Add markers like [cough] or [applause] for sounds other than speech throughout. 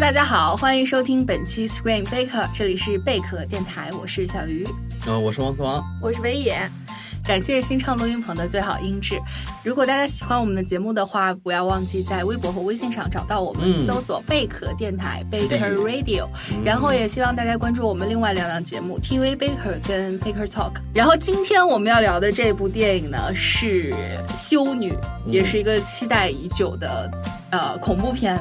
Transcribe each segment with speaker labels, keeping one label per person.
Speaker 1: 大家好，欢迎收听本期 Screen 贝壳，这里是贝壳电台，我是小鱼，
Speaker 2: 呃，我是王思王，
Speaker 3: 我是维野。
Speaker 1: 感谢新唱录音棚的最好音质。如果大家喜欢我们的节目的话，不要忘记在微博和微信上找到我们，
Speaker 2: 嗯
Speaker 1: 搜索“贝壳电台 ”（Baker
Speaker 2: 嗯
Speaker 1: Radio）。然后也希望大家关注我们另外两档节目 TV Baker 跟 Baker Talk。然后今天我们要聊的这部电影呢是《修女》，
Speaker 2: 嗯
Speaker 1: 也是一个期待已久的呃恐怖片。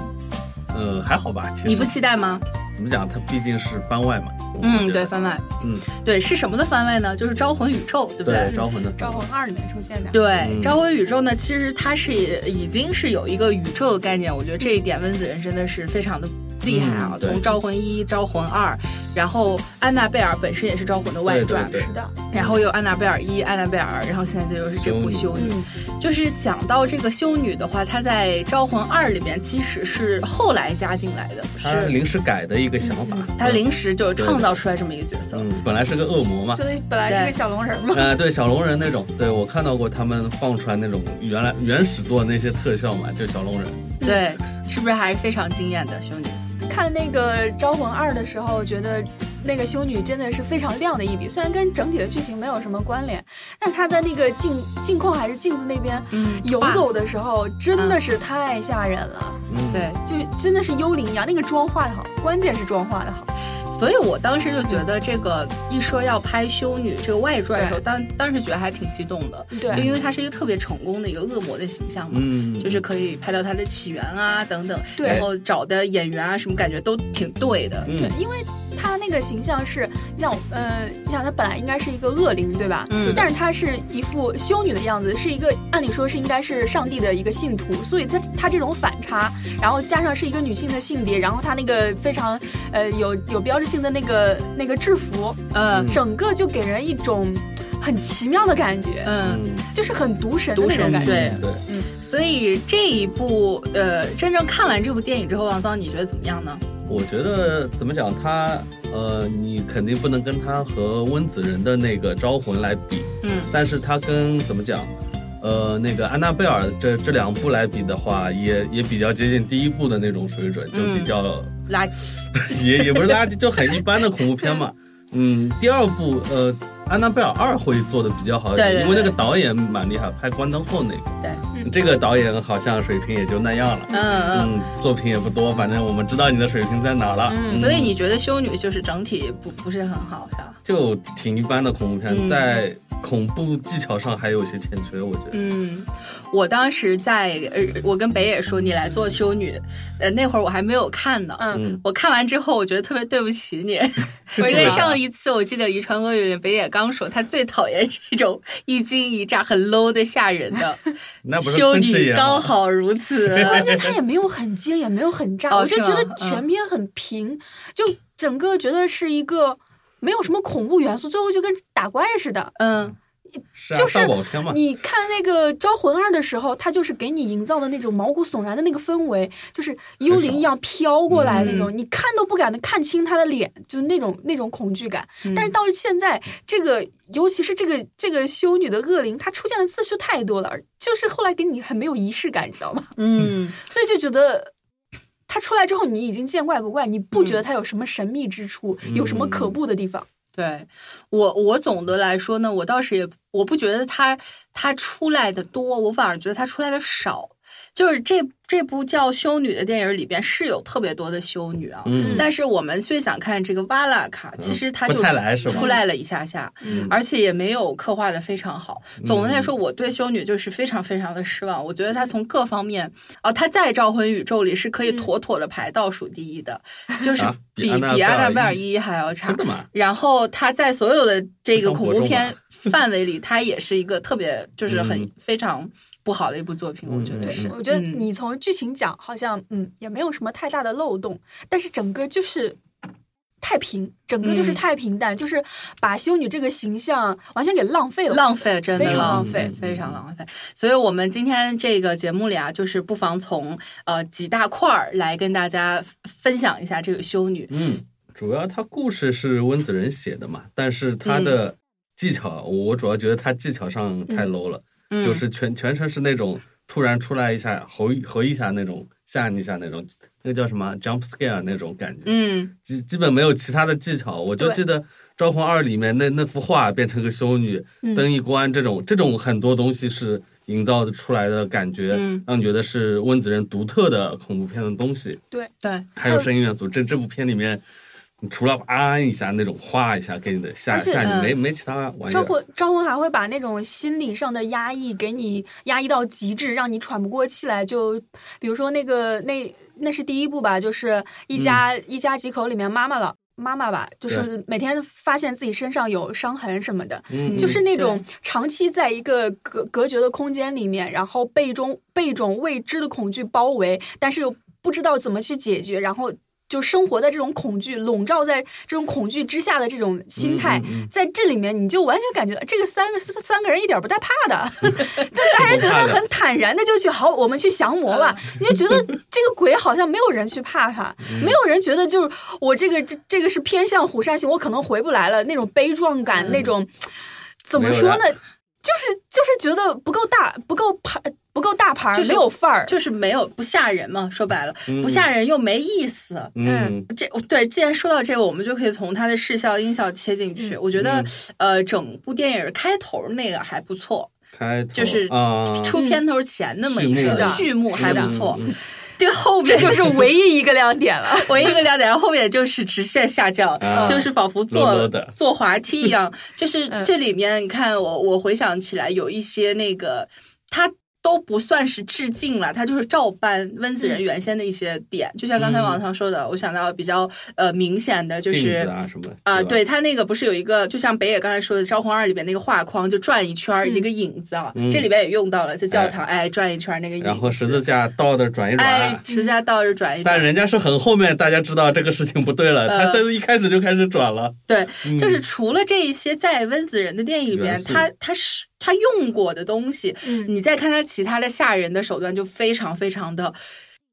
Speaker 2: 呃，还好吧，其实
Speaker 1: 你不期待吗？
Speaker 2: 怎么讲，它毕竟是番外嘛，我觉
Speaker 1: 嗯，
Speaker 2: 得
Speaker 1: 对，，番外，
Speaker 2: 嗯，
Speaker 1: 对，是什么的番外呢？就是《招魂宇宙》，对不
Speaker 2: 对，招魂的
Speaker 3: 招魂二里面出现的，
Speaker 1: 对，
Speaker 2: 嗯
Speaker 1: 《招魂宇宙》呢，其实它是已经是有一个宇宙的概念，我觉得这一点温子仁真的是非常的厉害啊！
Speaker 2: 嗯对
Speaker 1: 从《招魂一》《招魂二》，然后《安娜贝尔》本身也是《招魂》的外传，
Speaker 2: 对对
Speaker 3: 是的，
Speaker 1: 然后又《安娜贝尔一》《安娜贝尔》，然后现在这就是这部《修
Speaker 2: 修
Speaker 1: 女》
Speaker 3: 嗯，
Speaker 1: 就是想到这个修女的话，她在《招魂二》里面其实是后来加进来的，
Speaker 2: 它
Speaker 1: 是
Speaker 2: 临时改的一个想法，
Speaker 1: 她
Speaker 2: 嗯
Speaker 1: 临时就创造出来这么一个角色。
Speaker 2: 嗯，本来是个恶魔嘛。
Speaker 3: 所以本来是个小龙人嘛，
Speaker 2: 呃，对小龙人那种，对我看到过他们放出来那种原来原始做的那些特效嘛，就小龙人，
Speaker 1: 对，是不是还是非常惊艳的修女？
Speaker 3: 看那个《招魂二》的时候，觉得那个修女真的是非常亮的一笔，虽然跟整体的剧情没有什么关联，但她在那个镜镜框还是镜子那边
Speaker 1: 嗯
Speaker 3: 游走的时候，真的是太吓人了，
Speaker 2: 嗯，
Speaker 1: 对，
Speaker 3: 就真的是幽灵一样。那个妆化的好，关键是妆化的好，
Speaker 1: 所以我当时就觉得这个一说要拍修女这个外传的时候，当当时觉得还挺激动的，
Speaker 3: 对，
Speaker 1: 因为它是一个特别成功的一个恶魔的形象嘛。
Speaker 2: 嗯，
Speaker 1: 就是可以拍到它的起源啊，等等，
Speaker 3: 对
Speaker 1: 然后找的演员啊，什么感觉都挺对的。
Speaker 2: 嗯
Speaker 3: 对，因为他那个形象是，你想，呃，你想他本来应该是一个恶灵，对吧？
Speaker 1: 嗯
Speaker 3: 但是他是一副修女的样子，是一个按理说是应该是上帝的一个信徒，所以他他这种反差，然后加上是一个女性的性别，然后他那个非常呃有有标志性的那个那个制服，
Speaker 1: 呃，
Speaker 2: 嗯
Speaker 3: 整个就给人一种很奇妙的感觉，
Speaker 1: 嗯，
Speaker 2: 嗯，
Speaker 3: 就是很毒神的那
Speaker 1: 毒
Speaker 3: 种
Speaker 1: 神
Speaker 3: 感觉。
Speaker 1: 对
Speaker 2: 对，
Speaker 1: 所以这一部呃，真正看完这部电影之后，王桑你觉得怎么样呢？
Speaker 2: 我觉得怎么讲，他呃，你肯定不能跟他和温子仁的那个《招魂》来比，
Speaker 1: 嗯，
Speaker 2: 但是他跟怎么讲，呃，那个《安娜贝尔这》这两部来比的话，也也比较接近第一部的那种水准，就比较、
Speaker 1: 垃圾。
Speaker 2: 也也不是垃圾，就很一般的恐怖
Speaker 1: [laughs]
Speaker 2: 片嘛。嗯，第二部呃，《安娜贝尔二》会做的比较好一点，
Speaker 1: 对对对
Speaker 2: 因为那个导演蛮厉害，拍《关灯后》那个。
Speaker 1: 对
Speaker 3: 嗯
Speaker 2: 这个导演好像水平也就那样了。
Speaker 1: 嗯
Speaker 2: 嗯，作品也不多，反正我们知道你的水平在哪了。
Speaker 3: 嗯
Speaker 1: 嗯，所以你觉得修女就是整体不不是很好，是吧？
Speaker 2: 就挺一般的恐怖片，
Speaker 1: 嗯
Speaker 2: 在恐怖技巧上还有一些欠缺，我觉得。
Speaker 1: 嗯，我当时在，呃，我跟北野说你来做修女，呃，那会儿我还没有看呢。
Speaker 3: 嗯，
Speaker 2: 嗯，
Speaker 1: 我看完之后，我觉得特别对不起你， [laughs] 因
Speaker 3: 为
Speaker 1: 为
Speaker 3: 啥
Speaker 1: 上一次我记得《遗传厄语》里北野刚说他最讨厌这种一惊一乍、很 low 的吓人的
Speaker 2: 那不是
Speaker 1: 修
Speaker 2: 昆池
Speaker 1: 女，
Speaker 2: 岩
Speaker 1: 刚
Speaker 2: 吗？
Speaker 1: 好如
Speaker 3: [laughs]
Speaker 1: 此。
Speaker 3: 关键他也没有很惊，也没有很炸，
Speaker 1: 哦
Speaker 3: 我就是觉
Speaker 1: 吗
Speaker 3: 得全篇很平，就整个觉得是一个没有什么恐怖元素，最后就跟打怪似的。
Speaker 1: 嗯，
Speaker 2: 是啊，
Speaker 3: 就是
Speaker 2: 上宝片嘛。
Speaker 3: 你看那个《招魂二》的时候，他就是给你营造的那种毛骨悚然的那个氛围，就是幽灵一样飘过来
Speaker 1: 嗯
Speaker 3: 那种，你看都不敢看清他的脸，就是那种那种恐惧感。
Speaker 1: 嗯
Speaker 3: 但是到现在，这个尤其是这个这个修女的恶灵，她出现的次数太多了，就是后来给你很没有仪式感，你知道吗？
Speaker 1: 嗯，
Speaker 3: 所以就觉得他出来之后，你已经见怪不怪，你不觉得他有什么神秘之处，
Speaker 2: 嗯
Speaker 3: 有什么可怖的地方？
Speaker 1: 对我我总的来说呢，我倒是也我不觉得他他出来的多，我反而觉得他出来的少。就是这这部叫《修女》的电影里边是有特别多的修女啊，
Speaker 2: 嗯，
Speaker 1: 但是我们却想看这个瓦拉卡，其实它
Speaker 2: 不
Speaker 1: 就
Speaker 2: 太来是吧
Speaker 1: 出来了一下下，
Speaker 2: 嗯
Speaker 1: 而且也没有刻画的非常好。总的来说，我对修女就是非常非常的失望。我觉得她从各方面，哦，她在《召回宇宙》里是可以
Speaker 3: 嗯
Speaker 1: 妥妥的排倒数第一的，就是
Speaker 2: 啊比
Speaker 1: 比
Speaker 2: 安娜
Speaker 1: 比
Speaker 2: 贝
Speaker 1: 安娜
Speaker 2: 尔
Speaker 1: 贝尔
Speaker 2: 一
Speaker 1: 一还要差
Speaker 2: 真。的吗？
Speaker 1: 然后她在所有的这个
Speaker 2: 非常
Speaker 1: 恐
Speaker 2: 伯
Speaker 1: 怖
Speaker 2: 仲
Speaker 1: 片
Speaker 2: 嘛 [laughs]
Speaker 1: 范围里，她也是一个特别就是很
Speaker 2: 嗯
Speaker 1: 非常不好的一部作品，我觉得
Speaker 2: 嗯
Speaker 1: 是。
Speaker 3: 我觉得
Speaker 1: 嗯
Speaker 3: 你从剧情讲，好像嗯也没有什么太大的漏洞，但是整个就是。太平，整个就是
Speaker 1: 嗯
Speaker 3: 太平淡，就是把修女这个形象完全给浪费了。
Speaker 1: 浪费，真的
Speaker 3: 非常
Speaker 1: 浪
Speaker 2: 浪
Speaker 1: 费
Speaker 2: 费，嗯
Speaker 1: 非常浪费。所以，我们今天这个节目里啊，就是不妨从呃几大块儿来跟大家分享一下这个修女。
Speaker 2: 嗯，主要他故事是温子仁写的嘛，但是他的技巧，我主要觉得他技巧上太 low 了，
Speaker 1: 嗯嗯
Speaker 2: 就是全全程是那种突然出来一下，吼一吼一下那种，吓你一下那种，那个叫什么 jump scare 那种感觉。
Speaker 1: 嗯，
Speaker 2: 基基本没有其他的技巧。我就
Speaker 3: 对
Speaker 2: 记得《招魂二》里面那那幅画变成个修女，
Speaker 3: 嗯
Speaker 2: 灯一关，这种这种很多东西是营造出来的感觉，
Speaker 1: 嗯
Speaker 2: 让你觉得是温子仁独特的恐怖片的东西。
Speaker 1: 对，
Speaker 2: 还有声音元素，这这部片里面，你除了啊一下那种哗一下给你的吓
Speaker 3: 而且
Speaker 2: 吓你，
Speaker 1: 嗯
Speaker 2: 没没其他玩意
Speaker 3: 招
Speaker 2: 儿。
Speaker 3: 魂招魂还会把那种心理上的压抑给你压抑到极致，让你喘不过气来。就比如说那个那那是第一部吧，就是
Speaker 2: 嗯
Speaker 3: 一家、一家几口里面妈妈了。妈妈吧，就是每天发现自己身上有伤痕什么的，
Speaker 2: 嗯，
Speaker 3: 就是那种长期在一个隔隔绝的空间里面，然后被中被一种未知的恐惧包围，但是又不知道怎么去解决，然后就生活在这种恐惧笼罩在这种恐惧之下的这种心态，
Speaker 2: 嗯嗯嗯
Speaker 3: 在这里面你就完全感觉这个三个三三个人一点儿不带怕的，但大家觉得很坦然的就去好，我们去降魔吧，你就觉得这个鬼好像没有人去怕他，没有人觉得就是我这个这这个是偏向虎山行，我可能回不来了那种悲壮感，那种怎么说呢，就是就是觉得不够大，不够牌，不够大牌儿，
Speaker 1: 就是
Speaker 3: 没有范儿，
Speaker 1: 就是没有不吓人嘛，说白了
Speaker 2: 嗯
Speaker 1: 不吓人又没意思。
Speaker 2: 嗯
Speaker 1: 这对，既然说到这个，我们就可以从它的视效、音效切进去。我觉得
Speaker 2: 嗯，
Speaker 1: 呃，整部电影开头那个还不错，
Speaker 2: 开头
Speaker 1: 就是
Speaker 2: 啊，
Speaker 1: 出片头前那么一
Speaker 2: 序幕
Speaker 1: 个
Speaker 3: 的
Speaker 1: 序幕还不错
Speaker 2: 嗯。嗯嗯
Speaker 1: 这个后
Speaker 3: 这
Speaker 1: 面
Speaker 3: 就是唯一一个亮点
Speaker 1: [laughs]
Speaker 3: 了。
Speaker 1: 唯一一个亮点，然后后面就是直线下降，
Speaker 2: 啊
Speaker 1: 就是仿佛坐
Speaker 2: 落落的
Speaker 1: 坐滑梯一
Speaker 2: [laughs]
Speaker 1: 样。就是
Speaker 3: 嗯
Speaker 1: 这里面，你看我我回想起来，有一些那个它都不算是致敬了，它就是照搬温子仁原先的一些点。就像刚才
Speaker 2: 嗯
Speaker 1: 王涛说的，我想到比较呃明显的就
Speaker 2: 镜
Speaker 1: 是
Speaker 2: 子啊什么
Speaker 1: 啊，
Speaker 2: 吧
Speaker 1: 对他那个不是有一个，就像北野刚才说的《招魂二》里边那个画框，就转一圈儿那个影子啊，
Speaker 2: 嗯
Speaker 1: 这里边也用到了，在教堂哎转一圈儿那个影子，
Speaker 2: 然后十字架倒着转一
Speaker 1: 哎
Speaker 2: 转，
Speaker 1: 十字架倒着转一
Speaker 2: 但
Speaker 1: 转，
Speaker 2: 人家是很后面大家知道这个事情不对了，
Speaker 1: 呃
Speaker 2: 他甚至一开始就开始转了。
Speaker 1: 对，
Speaker 2: 嗯
Speaker 1: 就是除了这一些在温子仁的电影里
Speaker 2: 元
Speaker 1: 边，
Speaker 2: 素
Speaker 1: 他他是他用过的东西，
Speaker 3: 嗯，
Speaker 1: 你再看他其他的吓人的手段，就非常非常的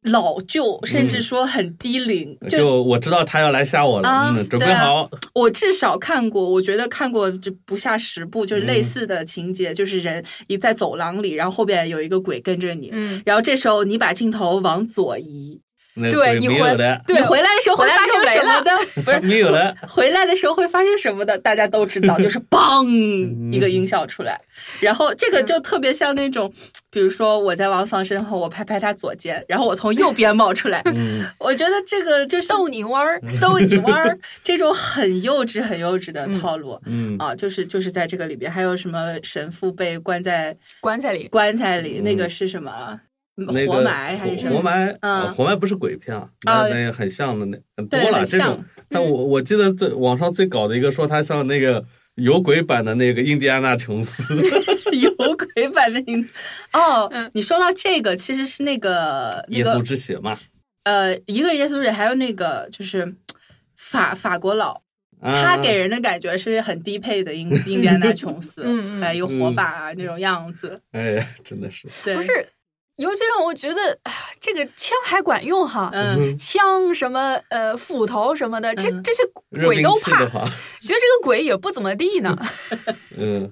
Speaker 1: 老旧，甚至说很低龄，就
Speaker 2: 嗯呃就我知道他要来吓我了，
Speaker 1: 啊
Speaker 2: 嗯，准备
Speaker 1: 对啊
Speaker 2: 好，
Speaker 1: 我至少看过，我觉得看过就不下十部，就是
Speaker 2: 嗯
Speaker 1: 类似的情节，就是人一在走廊里，然后后边有一个鬼跟着你，
Speaker 3: 嗯
Speaker 1: 然后这时候你把镜头往左移，
Speaker 2: 那鬼
Speaker 3: 对你
Speaker 2: 没
Speaker 3: 回
Speaker 2: 有
Speaker 1: [laughs]
Speaker 2: 的，
Speaker 3: 对
Speaker 1: 你回来的时候会
Speaker 3: 回来
Speaker 1: 发
Speaker 3: 的时候
Speaker 1: 生什么的？不
Speaker 2: [laughs]
Speaker 1: 是
Speaker 2: 没有了，
Speaker 1: 回来的时候会发生什么的，大家都知道，
Speaker 2: [laughs]
Speaker 1: 就是梆
Speaker 2: 嗯
Speaker 1: 一个音效出来，然后这
Speaker 3: 嗯
Speaker 1: 个就特别像那种，比如说我在王爽身后，我拍拍他左肩，然后我从右边冒出来，
Speaker 2: 嗯，
Speaker 1: 我觉得这个就是
Speaker 3: 逗你玩儿，
Speaker 1: 逗
Speaker 2: [laughs]
Speaker 1: 你玩儿这种很幼稚、很幼稚的套路。 [laughs]
Speaker 2: 嗯
Speaker 1: 啊，就是就是在这个里边，还有什么神父被关在
Speaker 3: 棺材里
Speaker 1: 棺材里，
Speaker 2: 嗯
Speaker 1: 那个是什么、嗯
Speaker 2: 那个
Speaker 1: 活埋还是什
Speaker 2: 活
Speaker 1: 么？
Speaker 2: 埋？
Speaker 1: 嗯
Speaker 2: 呃活埋不是鬼片啊，那
Speaker 1: 啊
Speaker 2: 那很像的那很多
Speaker 1: 对
Speaker 2: 了
Speaker 1: 很
Speaker 2: 这种
Speaker 1: 像。嗯
Speaker 2: 但我我记得最网上最搞的一个说它像那个有鬼版的那个印第安纳
Speaker 1: [laughs]
Speaker 2: 琼斯，
Speaker 1: 有鬼版的影哦
Speaker 3: 嗯，
Speaker 1: 你说到这个，其实是那个那
Speaker 2: 耶
Speaker 1: 个
Speaker 2: 稣之血嘛。
Speaker 1: 呃，一个耶稣人，还有那个就是法法国佬，
Speaker 2: 啊
Speaker 1: 他给人的感觉是很低配的印印第安纳琼斯，
Speaker 3: 嗯嗯
Speaker 1: 哎，有火把啊那种样子，
Speaker 2: 哎，真的是，
Speaker 1: 对，
Speaker 3: 不是，尤其让我觉得哎这个枪还管用哈。
Speaker 1: 嗯，
Speaker 3: 枪什么呃斧头什么的，这
Speaker 1: 嗯
Speaker 3: 这些
Speaker 2: [laughs] 热
Speaker 3: 鬼
Speaker 2: 兵
Speaker 3: 都
Speaker 2: 器
Speaker 3: 怕，
Speaker 2: 的话，
Speaker 3: 觉得这个鬼也不怎么地呢。
Speaker 2: 嗯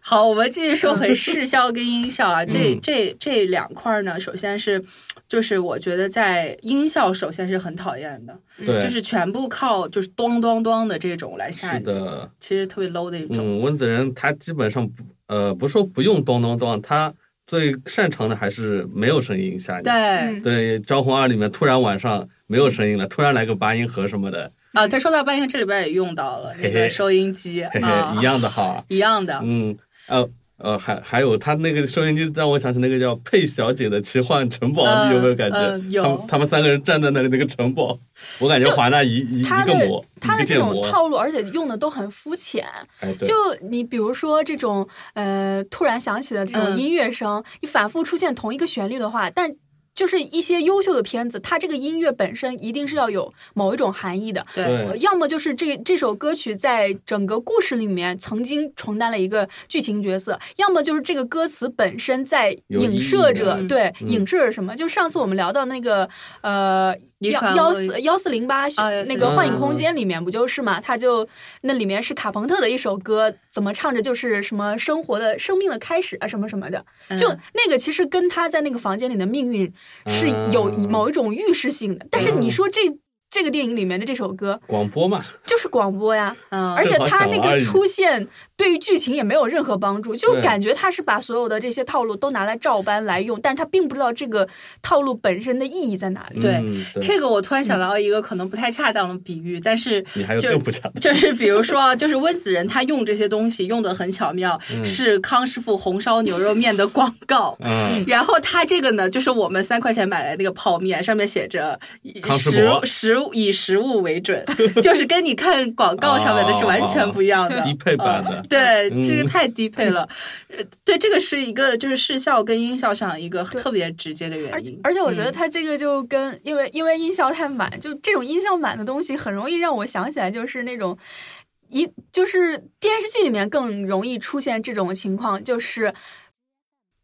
Speaker 1: 好，我们继续说
Speaker 2: [laughs]
Speaker 1: 回视效跟音效啊，这
Speaker 2: 嗯
Speaker 1: 这这两块儿呢，首先是。就是我觉得在音效首先是很讨厌的，
Speaker 2: 对，
Speaker 1: 嗯就是全部靠就是咚咚咚的这种来吓
Speaker 2: 是
Speaker 1: 你，
Speaker 2: 的。
Speaker 1: 其实特别 low 的一种。
Speaker 2: 嗯，温子仁他基本上不呃，不是说不用咚咚咚，他最擅长的还是没有声音吓你。
Speaker 1: 对、
Speaker 3: 嗯
Speaker 2: 对，《招魂二》里面突然晚上没有声音了，突然来个八音盒什么
Speaker 3: [laughs]
Speaker 2: 的，
Speaker 1: 啊，他说到半夜这里边也用到了那
Speaker 2: 嘿嘿
Speaker 1: 个收音机
Speaker 2: 嘿
Speaker 1: 啊
Speaker 2: 嘿，一，样的哈。
Speaker 1: 一样的，
Speaker 2: 嗯，呃呃，还还有他那个收音机让我想起那个叫《佩小姐的奇幻城堡》，你有没有感觉？
Speaker 3: 呃
Speaker 1: 嗯嗯有
Speaker 2: 他们他们三个人站在那里那个城堡，我感觉
Speaker 3: 就
Speaker 2: 华纳一一一
Speaker 3: 他
Speaker 2: 个
Speaker 3: 的
Speaker 2: 魔，
Speaker 3: 他
Speaker 2: 一个
Speaker 3: 的这
Speaker 2: 建
Speaker 3: 种
Speaker 2: 模。
Speaker 3: 套路，而且用的都很肤浅。
Speaker 2: 哎，对，
Speaker 3: 就你比如说这种呃突然响起的这种
Speaker 1: 嗯
Speaker 3: 音乐声，你反复出现同一个旋律的话，但。就是一些优秀的片子，它这个音乐本身一定是要有某一种含义的，
Speaker 1: 对，
Speaker 2: 对，
Speaker 3: 呃要么就是这这首歌曲在整个故事里面曾经承担了一个剧情角色，要么就是这个歌词本身在
Speaker 2: 有意义
Speaker 3: 影射着
Speaker 1: 的
Speaker 3: 对、
Speaker 2: 嗯
Speaker 3: 影射着什么。就上次我们聊到那个呃
Speaker 1: 遗
Speaker 3: 幺
Speaker 1: 传
Speaker 3: 幺
Speaker 1: 和
Speaker 3: 四幺四零八
Speaker 1: 啊1408
Speaker 3: 那个《幻影
Speaker 2: 嗯
Speaker 3: 空间》里面不就是嘛？它就那里面是卡朋特的一首歌，怎么唱着就是什么生活的生命的开始啊什么什么的，就
Speaker 1: 嗯
Speaker 3: 那个其实跟他在那个房间里的命运是有
Speaker 2: 啊
Speaker 3: 某一种预示性的。但是
Speaker 2: 嗯
Speaker 3: 你说这这个电影里面的这首歌
Speaker 2: 广播嘛，
Speaker 3: 就是广播呀，
Speaker 1: 嗯，
Speaker 3: 而且他那
Speaker 2: 正好想
Speaker 3: 个
Speaker 2: 而已
Speaker 3: 出现对于剧情也没有任何帮助，就
Speaker 2: 对
Speaker 3: 感觉他是把所有的这些套路都拿来照搬来用，但是他并不知道这个套路本身的意义在哪里。
Speaker 1: 对
Speaker 2: 嗯对，
Speaker 1: 这个我突然想到一个可能不太恰当的比喻，但是
Speaker 2: 你还有
Speaker 1: 就
Speaker 2: 更不 [laughs] 差的，
Speaker 1: 就是比如说，就是温子仁他用这些东西用的很巧妙，
Speaker 2: 嗯
Speaker 1: 是康师傅红烧牛肉面的广告。
Speaker 3: [laughs]
Speaker 2: 嗯，
Speaker 1: 然后他这个呢，就是我们三块钱买来那个泡面，上面写着以
Speaker 2: 康师
Speaker 1: 食
Speaker 2: 伯
Speaker 1: 食物以食物为
Speaker 2: [laughs]
Speaker 1: 准，就是跟你看广告上面的是完全不一样的。
Speaker 2: 哦低配版的
Speaker 1: 嗯，对，
Speaker 2: 嗯
Speaker 1: 这个太低配了。呃对，这个是一个就是视效跟音效上一个特别直接的
Speaker 3: 而
Speaker 1: 原
Speaker 3: 且
Speaker 1: 因。
Speaker 3: 而且我觉得他这个就跟、因为因为音效太满，就这种音效满的东西很容易让我想起来，就是那种一就是电视剧里面更容易出现这种情况，就是。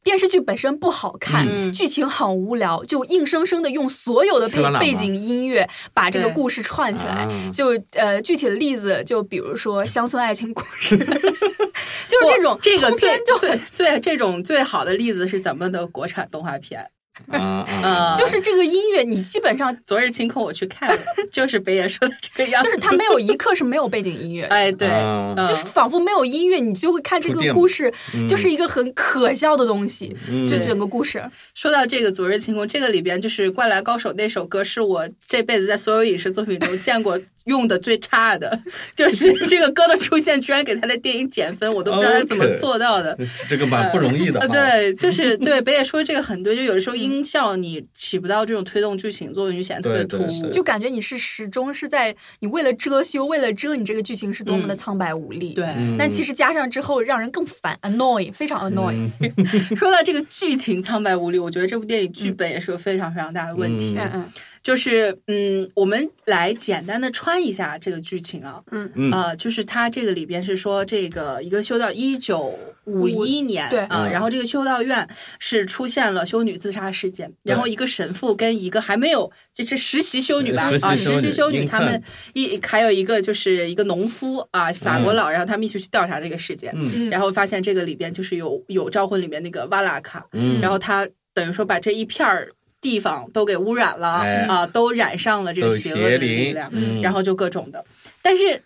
Speaker 3: 电视剧本身不好看，
Speaker 1: 嗯
Speaker 3: 剧情很无聊，就硬生生的用所有的
Speaker 2: 刷
Speaker 3: 配
Speaker 2: 喇嘛
Speaker 3: 背景音乐把这个
Speaker 1: 对
Speaker 3: 故事串起来。
Speaker 2: 啊
Speaker 3: 就呃，具体的例子就比如说《乡村爱情故事》，就是这种
Speaker 1: 不这个
Speaker 3: 通篇
Speaker 1: 最
Speaker 3: 就
Speaker 1: 最最这种最好的例子是咱们的国产动画片
Speaker 2: 啊啊，
Speaker 1: 呃
Speaker 3: 就是这个音乐，你基本上
Speaker 1: 《昨日清空》，我去看了， [laughs] 就是北野说的这个样
Speaker 3: 就
Speaker 1: 子。
Speaker 3: 是它没有一刻是没有背景音乐的，
Speaker 1: [laughs] 哎，对，
Speaker 2: 啊
Speaker 1: 嗯
Speaker 3: 就是仿佛没有音乐，你就会看这
Speaker 2: 触
Speaker 3: 个
Speaker 2: 电
Speaker 3: 故事
Speaker 2: 嗯
Speaker 3: 就是一个很可笑的东西，
Speaker 2: 嗯
Speaker 3: 就
Speaker 1: 对
Speaker 3: 整个故事。
Speaker 1: 说到这个《昨日清空》，这个里边就是《灌篮高手》那首歌，是我这辈子在所有影视作品中见过用的最差 [laughs] 的，就是这个歌的出现居然给他的电影减分，我都不知道他
Speaker 2: [laughs]
Speaker 1: 怎么
Speaker 2: OK
Speaker 1: 做到的。
Speaker 2: 这个蛮不容易的
Speaker 1: 呃，
Speaker 2: 哈，
Speaker 1: 对，就是对北野说这个很对，就有的时候音效你起不到这种推动剧情作用，就显得特别
Speaker 2: 对
Speaker 1: 突
Speaker 2: 对
Speaker 1: 兀
Speaker 2: 对。
Speaker 3: 就感觉你是始终是在你为了遮羞，为了遮你这个剧情是多么的苍白无力。
Speaker 1: 嗯对，
Speaker 2: 嗯，
Speaker 3: 但其实加上之后，让人更烦，annoy，非常 annoy。
Speaker 1: 说到这个剧情苍白无力，我觉得这部电影剧本也是有非常非常大的问题。
Speaker 2: 嗯
Speaker 3: 嗯嗯
Speaker 1: 就是嗯，我们来简单的穿一下这个剧情啊，
Speaker 3: 嗯
Speaker 2: 嗯
Speaker 1: 呃，就是它这个里边是说这个一个修道一九五一年
Speaker 3: 对
Speaker 1: 啊、
Speaker 2: 嗯
Speaker 1: 然后这个修道院是出现了修女自杀事件，
Speaker 2: 对
Speaker 1: 然后一个神父跟一个还没有就是实习修女吧
Speaker 2: 实习
Speaker 1: 啊
Speaker 2: 修
Speaker 1: 实习
Speaker 2: 女
Speaker 1: 修女
Speaker 2: 您
Speaker 1: 他们一还有一个就是一个农夫啊法国佬，然后他们一起去调查这个事件，
Speaker 2: 嗯
Speaker 3: 嗯，
Speaker 1: 然后发现这个里边就是有有招魂里面那个瓦拉卡，
Speaker 2: 嗯，
Speaker 1: 然后他等于说把这一片儿地方都给污染了啊、
Speaker 2: 哎
Speaker 1: 都染上了这
Speaker 2: 都
Speaker 1: 个
Speaker 2: 有
Speaker 1: 邪恶的
Speaker 2: 邪
Speaker 1: 力
Speaker 2: 灵
Speaker 1: 量，，
Speaker 2: 嗯
Speaker 1: 然后就各种的。但是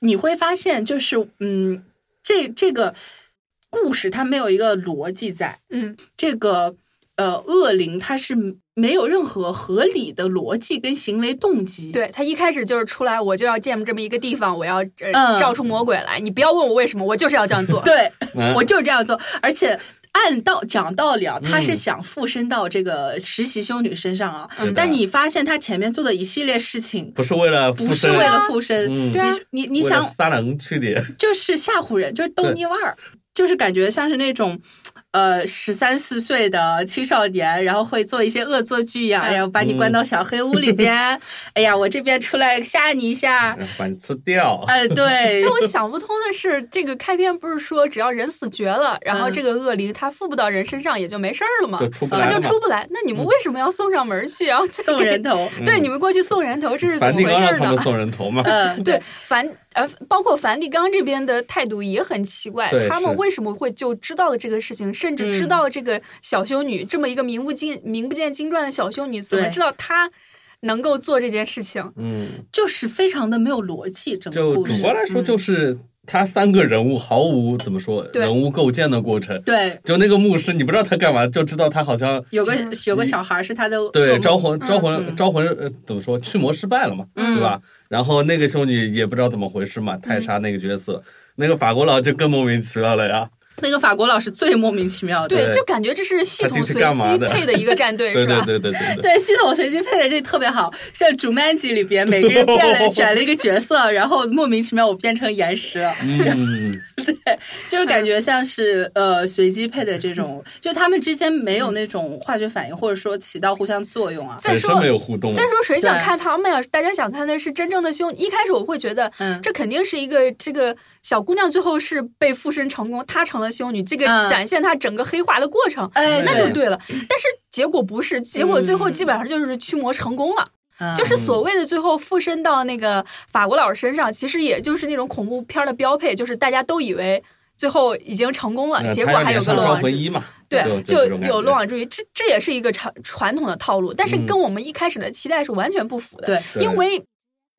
Speaker 1: 你会发现，就是嗯，这这个故事它没有一个逻辑在，
Speaker 3: 嗯，
Speaker 1: 这个呃恶灵它是没有任何合理的逻辑跟行为动机。
Speaker 3: 对他一开始就是出来，我就要见这么一个地方，我要
Speaker 1: 嗯
Speaker 3: 呃照出魔鬼来。你不要问我为什么，我就是要这样做。
Speaker 1: 对，
Speaker 2: 嗯
Speaker 1: 我就是这样做，而且。按道讲道理啊，他是
Speaker 2: 嗯
Speaker 1: 想附身到这个实习修女身上啊，
Speaker 2: 是的
Speaker 1: 但你发现他前面做的一系列事情，
Speaker 2: 不是为了附
Speaker 1: 不是
Speaker 2: 身，
Speaker 1: 为了附身，
Speaker 2: 嗯
Speaker 3: 对啊
Speaker 1: 你你你
Speaker 2: 你
Speaker 1: 想
Speaker 2: 撒冷去的，
Speaker 1: 就是吓唬人，就是逗
Speaker 2: 对
Speaker 1: 腻味儿，就是感觉像是那种。呃，十三四岁的青少年，然后会做一些恶作剧呀、
Speaker 3: 嗯
Speaker 1: 然后把你关到小黑屋里边。
Speaker 2: 嗯
Speaker 1: [laughs] 哎呀，我这边出来吓你一 [laughs] 下。
Speaker 2: 然后把你吃掉，
Speaker 1: 哎，对
Speaker 3: 但，我想不通的是，这个开篇不是说只要人死绝了，然后这个恶灵它附不到人身上也就没事儿了吗？
Speaker 2: 嗯就出不
Speaker 3: 他
Speaker 2: 来
Speaker 3: 呃就
Speaker 2: 了嘛嗯
Speaker 3: 出。不来。那你们为什么要送上门去啊？ [laughs]
Speaker 1: 送人头。
Speaker 3: [laughs] 对，你们过去送人头，这是怎
Speaker 2: 梵
Speaker 3: 么
Speaker 2: 蒂
Speaker 3: 回
Speaker 2: 冈
Speaker 3: 事
Speaker 2: 让
Speaker 3: 儿
Speaker 2: 他们
Speaker 3: 呢？
Speaker 2: 送人头嘛， [laughs]
Speaker 1: 嗯，
Speaker 3: 对，梵呃，包括梵蒂冈这边的态度也很奇怪
Speaker 2: 对，
Speaker 3: 他们
Speaker 2: 是
Speaker 3: 为什么会就知道了这个事情，甚至知
Speaker 1: 嗯
Speaker 3: 道了这个小修女、这么一个名不见名不见经传的小修女，怎么
Speaker 1: 对
Speaker 3: 知道她能够做这件事情？
Speaker 2: 嗯，
Speaker 1: 就是非常的没有逻辑，整个
Speaker 2: 就
Speaker 1: 故事。
Speaker 2: 主观来说，就是他三个人物毫无怎么说
Speaker 3: 对
Speaker 2: 人物构建的过程，
Speaker 1: 对，
Speaker 2: 就那个牧师，你不知道他干嘛，就知道他好像
Speaker 1: 有个
Speaker 3: 嗯
Speaker 1: 有个小孩是他的噩
Speaker 2: 对
Speaker 1: 梦
Speaker 2: 招魂招魂
Speaker 1: 嗯
Speaker 2: 招魂呃怎么说驱魔失败了嘛，
Speaker 1: 嗯
Speaker 2: 对吧？然后
Speaker 3: 嗯
Speaker 2: 那个修女也不知道怎么回事嘛，泰莎那个角色，那个法国佬就更莫名其妙了呀，
Speaker 1: 那个法国老师最莫名其妙的，
Speaker 3: 对，
Speaker 2: 对
Speaker 3: 就感觉这是系
Speaker 2: 他
Speaker 3: 统
Speaker 2: 这是
Speaker 3: 随
Speaker 2: 干嘛
Speaker 3: 机
Speaker 2: 的
Speaker 3: 配的一个
Speaker 2: [laughs]
Speaker 3: 战队，
Speaker 2: 对
Speaker 3: 是
Speaker 2: 对
Speaker 3: 吧？
Speaker 2: 对
Speaker 1: [laughs]
Speaker 2: 对对对，
Speaker 1: 对，系统随机配的这特别好，像《Jumanji》里边每个人变了选了一个角色，然后莫名其妙我变成岩石 [laughs] 了，
Speaker 3: [laughs]
Speaker 2: 嗯，
Speaker 1: 就是感觉像是呃随机配的这种，就他们之间没有那种化学反应，或者说起到互相作用啊。
Speaker 3: 再
Speaker 2: 本
Speaker 3: 说
Speaker 2: 身没有互动啊，
Speaker 3: 再说谁想
Speaker 1: 对
Speaker 3: 看他们呀？大家想看的是真正的兄。一开始我会觉得，
Speaker 1: 嗯
Speaker 3: 这肯定是一个这个小姑娘最后是被附身成功，她成了修女，这个
Speaker 1: 嗯
Speaker 3: 展现她整个黑化的过程，
Speaker 1: 哎，
Speaker 3: 那
Speaker 2: 对
Speaker 3: 就对了。但是结果不是，结果最后基本上就是驱魔成功了，
Speaker 1: 嗯
Speaker 3: 就是所谓的最后附身到那个法国老师身上，其实也就是那种恐怖片的标配，就是大家都以为。最后已经成功了，
Speaker 2: 嗯
Speaker 3: 结
Speaker 2: 他
Speaker 3: 果
Speaker 2: 要
Speaker 3: 还
Speaker 2: 脸
Speaker 3: 有个
Speaker 2: 上
Speaker 3: 漏
Speaker 2: 照
Speaker 3: 网
Speaker 2: 回
Speaker 3: 之
Speaker 2: 一嘛，
Speaker 3: 对，
Speaker 2: 就
Speaker 3: 有漏
Speaker 2: 乱，
Speaker 3: 网之鱼，这这也是一个传传统的套路，但是
Speaker 2: 嗯
Speaker 3: 跟我们一开始的期待是完全不符的。
Speaker 1: 对，
Speaker 2: 对
Speaker 3: 因为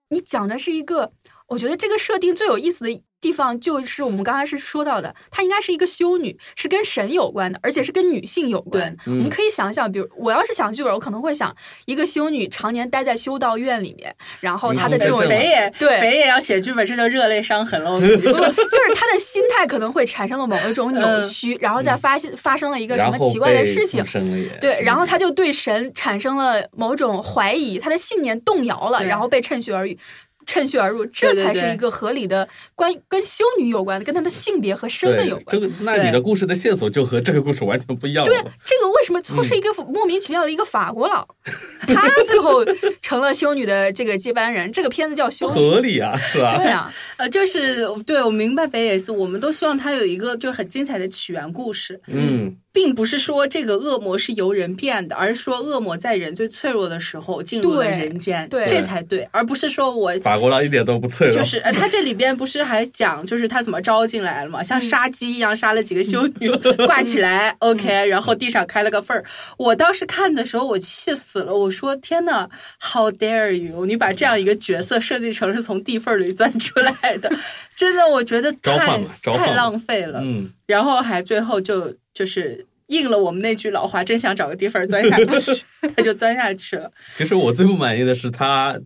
Speaker 3: 你讲的是一个，我觉得这个设定最有意思的地方就是我们刚开始说到的，它应该是一个修女，是跟神有关的，而且是跟女性有关的。
Speaker 2: 对
Speaker 3: 我们可以想想，比如我要是想剧本，我可能会想一个修女常年待在修道院里面，然后她的这种
Speaker 2: 嗯
Speaker 1: 北野
Speaker 3: 对
Speaker 1: 北野要写剧本，这就热泪伤痕了。我跟你
Speaker 3: 就 [laughs]
Speaker 1: 说，
Speaker 3: 就是他的心态可能会产生了某一种扭
Speaker 1: 嗯
Speaker 3: 曲，然后再发现发生了一个什
Speaker 2: 嗯然
Speaker 3: 么
Speaker 2: 后
Speaker 3: 奇怪的
Speaker 2: 被
Speaker 3: 事
Speaker 2: 附
Speaker 3: 情，
Speaker 2: 身了也
Speaker 3: 对，然后
Speaker 2: 是
Speaker 3: 他就对神产生了某种怀疑，他的信念动摇了，
Speaker 1: 对
Speaker 3: 然后被趁虚而入，趁虚而入，这
Speaker 1: 对对
Speaker 3: 才
Speaker 1: 对
Speaker 3: 是一个合理的关跟修女有关的，跟她的性别和身份
Speaker 2: 对
Speaker 3: 有
Speaker 2: 这。
Speaker 3: 关
Speaker 2: 个，那
Speaker 1: 对
Speaker 2: 你的故事的线索就和这个故事完全不一样
Speaker 3: 对啊
Speaker 2: 了。，
Speaker 3: 这个为什么
Speaker 2: 嗯
Speaker 3: 会是一个莫名其妙的一个法国佬？他最后成了修女的这个接班人。这个片子叫《修
Speaker 2: 不
Speaker 3: 女》，
Speaker 2: 合理啊，是吧？
Speaker 3: 对啊，
Speaker 1: 呃，就是对我明白北野意思，我们都希望他有一个就是很精彩的起源故事，
Speaker 2: 嗯，
Speaker 1: 并不是说这个恶魔是由人变的，而是说恶魔在人最脆弱的时候进入了
Speaker 3: 对
Speaker 1: 人间，
Speaker 3: 对
Speaker 1: 这才对，而不是说我
Speaker 2: 法国佬一点都不脆弱，
Speaker 1: 就是，呃，他这里边不是还讲，就是他怎么招进来了嘛，
Speaker 3: 嗯
Speaker 1: 像杀鸡一样杀了几个修
Speaker 3: [laughs]
Speaker 1: 女，挂起来、o
Speaker 3: 嗯
Speaker 1: k 然后地上开了个缝儿。我当时看的时候，我气死了，我说天呐 h o w dare you！你把这样一个角色设计成是从地缝儿里钻出来的，真的，我觉得
Speaker 2: 召
Speaker 1: 太
Speaker 2: 唤嘛召
Speaker 1: 太
Speaker 2: 唤嘛
Speaker 1: 浪费了。
Speaker 2: 嗯，
Speaker 1: 然后还最后就就是。应了我们那句老话，真想找个地缝儿钻下去，他就钻下去了。
Speaker 2: 其实我最不满意的是他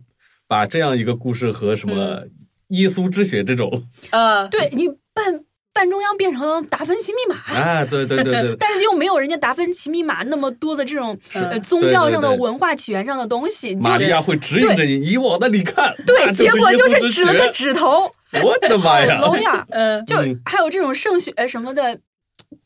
Speaker 2: 把这样一个故事和什么
Speaker 3: 嗯
Speaker 2: 耶稣之血这
Speaker 3: [laughs]
Speaker 2: 种
Speaker 1: 呃，
Speaker 3: 对你半半中央变成了达芬奇密码。，
Speaker 2: 啊，对对对对
Speaker 3: [laughs] 但是又没有人家达芬奇密码那么多的这种
Speaker 1: 是
Speaker 3: 呃宗教上的
Speaker 2: 对对对
Speaker 3: 文化起源上的东西，你就
Speaker 2: 玛利亚会指引着你，你往那里看，
Speaker 3: [laughs] 对，
Speaker 2: 那
Speaker 3: 结果
Speaker 2: 就
Speaker 3: 就
Speaker 2: 耶稣
Speaker 3: 是是
Speaker 2: 之
Speaker 3: 指了个
Speaker 2: 血，
Speaker 3: 指头，
Speaker 2: 我的妈
Speaker 3: [laughs]
Speaker 2: 呀！
Speaker 3: 聋
Speaker 2: [laughs]
Speaker 3: 哑，
Speaker 1: 呃，
Speaker 3: 就
Speaker 2: 嗯
Speaker 3: 还有这种圣血呃什么的。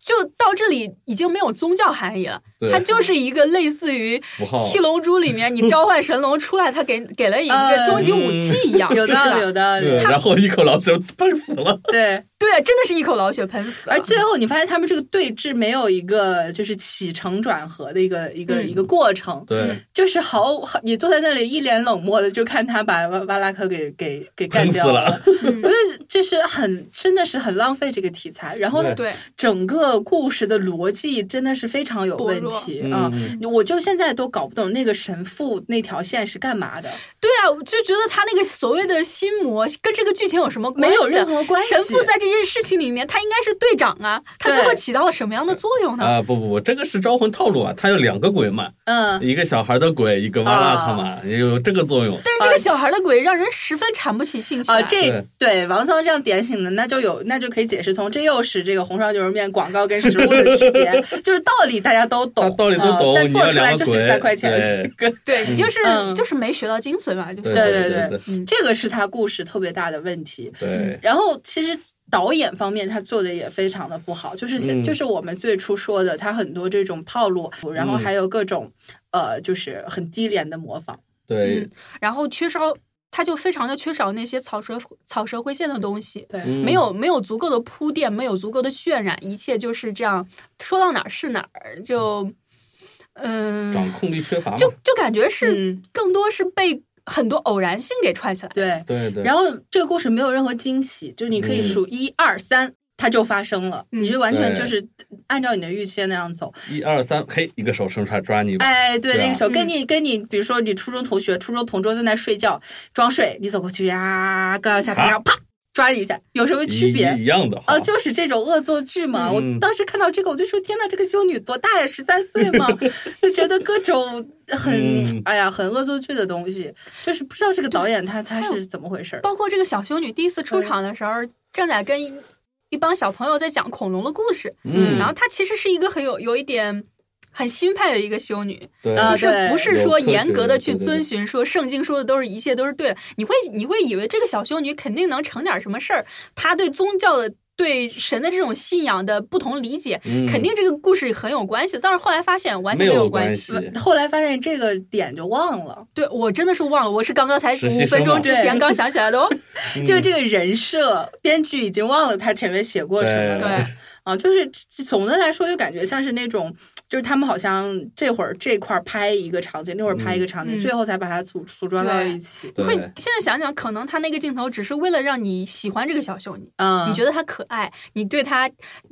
Speaker 3: 就到这里已经没有宗教含义了，
Speaker 2: 对
Speaker 3: 它就是一个类似于
Speaker 2: 符号
Speaker 3: 《七龙珠》里面你召唤神龙出来，它给给了一个
Speaker 1: 呃
Speaker 3: 终极武
Speaker 2: 嗯
Speaker 3: 器一样，
Speaker 1: 有道理，
Speaker 3: 是
Speaker 1: 有
Speaker 3: 吧？
Speaker 1: 道理
Speaker 2: 对，，然后一口老血喷死了，
Speaker 1: 对。
Speaker 3: [laughs] 对啊，真的是一口老血喷死了。
Speaker 1: 而最后你发现他们这个对峙没有一个就是起承转合的一个一个、
Speaker 3: 嗯
Speaker 1: 一个过程，
Speaker 2: 对，
Speaker 1: 就是毫好你坐在那里一脸冷漠的就看他把瓦瓦拉克给给给干
Speaker 2: 喷死
Speaker 1: 掉
Speaker 2: 了，
Speaker 3: 嗯
Speaker 1: 我觉得这是很真的是很浪费这个题材，然后呢，
Speaker 2: [laughs]
Speaker 3: 对，
Speaker 1: 整个故事的逻辑真的是非常有问题
Speaker 2: 薄弱
Speaker 1: 啊。
Speaker 2: 嗯
Speaker 1: 我就现在都搞不懂那个神父那条线是干嘛的，
Speaker 3: 对啊，我就觉得他那个所谓的心魔跟这个剧情有什么关
Speaker 1: 没
Speaker 3: 系啊？
Speaker 1: 有任何关系。
Speaker 3: 神父在这件事情里面，他应该是队长啊，他最
Speaker 1: 对
Speaker 3: 后起到了什么样的作用
Speaker 2: [laughs]
Speaker 3: 呢？
Speaker 2: 啊！不不不，这个是招魂套路啊，它有两个鬼嘛，
Speaker 1: 嗯，
Speaker 2: 一个小孩的鬼，一个瓦拉他
Speaker 3: 啊
Speaker 2: 嘛，也有这个作用。
Speaker 3: 但是这个小孩的鬼让人十分产不起兴趣
Speaker 1: 啊，
Speaker 3: 来
Speaker 1: 这对王松这样点醒的，那就有那就可以解释通，这又是这个红烧牛肉面广告跟实物的区别，就是道理大家都懂，
Speaker 2: 大道理都
Speaker 1: 啊
Speaker 2: 懂
Speaker 1: 但
Speaker 2: 你
Speaker 1: 做
Speaker 2: 要
Speaker 1: 出来
Speaker 2: 两
Speaker 1: 就
Speaker 2: 个
Speaker 1: 是
Speaker 2: 鬼
Speaker 1: 三块钱
Speaker 2: 对
Speaker 1: 的这个，
Speaker 3: 对你就是、
Speaker 1: 嗯
Speaker 3: 就是没学到精髓嘛，就
Speaker 1: 对
Speaker 3: 是
Speaker 2: 对
Speaker 1: 对
Speaker 2: 对
Speaker 1: 这个是他故事特别大的问题。
Speaker 3: 嗯
Speaker 2: 对，
Speaker 1: 然后其实导演方面他做的也非常的不好，就是现、
Speaker 2: 嗯
Speaker 1: 就是我们最初说的，他很多这种套路，然
Speaker 2: 嗯
Speaker 1: 后还有各种、呃，就是很低廉的模仿。
Speaker 2: 对，
Speaker 3: 然后缺少。他就非常的缺少那些草蛇草蛇灰线的东西，
Speaker 1: 对，
Speaker 2: 嗯
Speaker 3: 没有没有足够的铺垫，没有足够的渲染，一切就是这样，说到哪儿是哪儿，就，嗯、
Speaker 2: 掌控力缺乏嘛，
Speaker 3: 就就感觉是
Speaker 1: 嗯，
Speaker 3: 更多是被很多偶然性给串起来。
Speaker 1: 对。
Speaker 2: 对对。
Speaker 1: 然后这个故事没有任何惊喜，就你可以
Speaker 2: 嗯
Speaker 1: 数一二三，它就发生了，
Speaker 3: 嗯
Speaker 1: 你就完全
Speaker 2: 对
Speaker 1: 就是按照你的预期的那样走。
Speaker 2: 一二三，嘿，一个手伸出来抓你，
Speaker 1: 哎，对，
Speaker 2: 对啊
Speaker 1: 那个时候跟你跟你，比如说你初中同学、初中同桌在那睡觉装睡，你走过去呀，刚要下床，
Speaker 2: 啊
Speaker 1: 然后啪抓你一下，有
Speaker 3: 呃
Speaker 1: 什么
Speaker 2: 一
Speaker 1: 区别？
Speaker 2: 一一样的哈
Speaker 3: 哦
Speaker 1: 啊，。就是这种恶作剧嘛！
Speaker 2: 嗯
Speaker 1: 我当时看到这个，我就说：“天呐，这个修女多大呀？十三岁吗？”就觉得各种很、
Speaker 2: 嗯
Speaker 1: 哎呀，很恶作剧的东西，就是不知道这个导演他他
Speaker 3: 还有
Speaker 1: 是怎么回事儿。嗯
Speaker 3: 包括这个小修女第一次出场的时候，正在跟一帮小朋友在讲恐龙的故事，
Speaker 2: 嗯，
Speaker 3: 然后她其实是一个很有有一点很新派的一个修女，
Speaker 2: 对，
Speaker 1: 啊
Speaker 3: 就是
Speaker 1: 对
Speaker 3: 不是说严格的去
Speaker 2: 有科学的对对对
Speaker 3: 遵循说圣经说的都是一切都是对的，你会你会以为这个小修女肯定能成点什么事儿，她对宗教的对神的这种信仰的不同理解，
Speaker 2: 嗯
Speaker 3: 肯定这个故事很有关系。但是后来发现完全
Speaker 2: 没有
Speaker 3: 有
Speaker 2: 关
Speaker 3: 系。呃
Speaker 2: 系
Speaker 1: 后来发现这个点就忘了，
Speaker 3: 对我真的是忘了，我是刚刚才
Speaker 2: 实习
Speaker 3: 五
Speaker 2: 生
Speaker 3: 分
Speaker 2: 嘛
Speaker 3: 钟之前
Speaker 1: 对
Speaker 3: 刚想起来
Speaker 2: [laughs]
Speaker 3: 的哦。
Speaker 1: 就这个人设，编剧已经忘了他前面写过什么
Speaker 2: 对
Speaker 1: 了。
Speaker 3: 对，
Speaker 1: 啊，就是总的来说，就感觉像是那种，就是他们好像这会儿这块儿拍一个场景，那会儿拍一个场景，
Speaker 3: 嗯
Speaker 1: 最后才把它组组装到一起。
Speaker 2: 对
Speaker 3: 会现在想想，可能他那个镜头只是为了让你喜欢这个小秀女，
Speaker 1: 嗯，
Speaker 3: 你觉得她可爱，你对她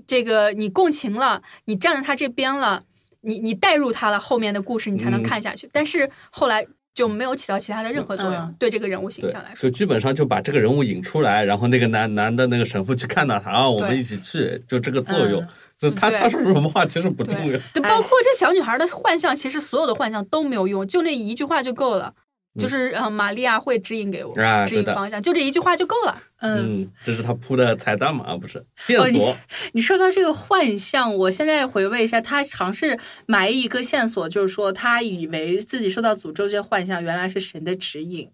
Speaker 3: 这个你共情了，你站在她这边了，你你带入她了，后面的故事你才能
Speaker 2: 嗯
Speaker 3: 看下去。但是后来就没有起到其他的任何作用，
Speaker 1: 嗯
Speaker 3: 对这个人物形
Speaker 2: 对
Speaker 3: 象来，说。
Speaker 2: 就剧本上就把这个人物引出来，然后那个男男的那个神父去看到他，啊，我们
Speaker 3: 对
Speaker 2: 一起去，就这个作用
Speaker 1: 嗯。
Speaker 2: 就他
Speaker 3: 对
Speaker 2: 他说什么话其实不重要，
Speaker 3: 对，嗯
Speaker 1: 哎
Speaker 3: 包括这小女孩的幻象，其实所有的幻象都没有用，就那一句话就够了，就是呃，玛利亚会指引给我，
Speaker 2: 嗯啊
Speaker 3: 指
Speaker 2: 对
Speaker 3: 引
Speaker 2: 的
Speaker 3: 方向，就这一句话就够了。
Speaker 1: 嗯，
Speaker 2: 嗯，这是他铺的彩蛋嘛？啊不是线
Speaker 1: 哦你
Speaker 3: [laughs]
Speaker 2: 索，
Speaker 1: 你说到这个幻象，我现在回味一下，他尝试埋一个线索，就是说他以为自己受到诅咒这些幻象，原来是神的指引。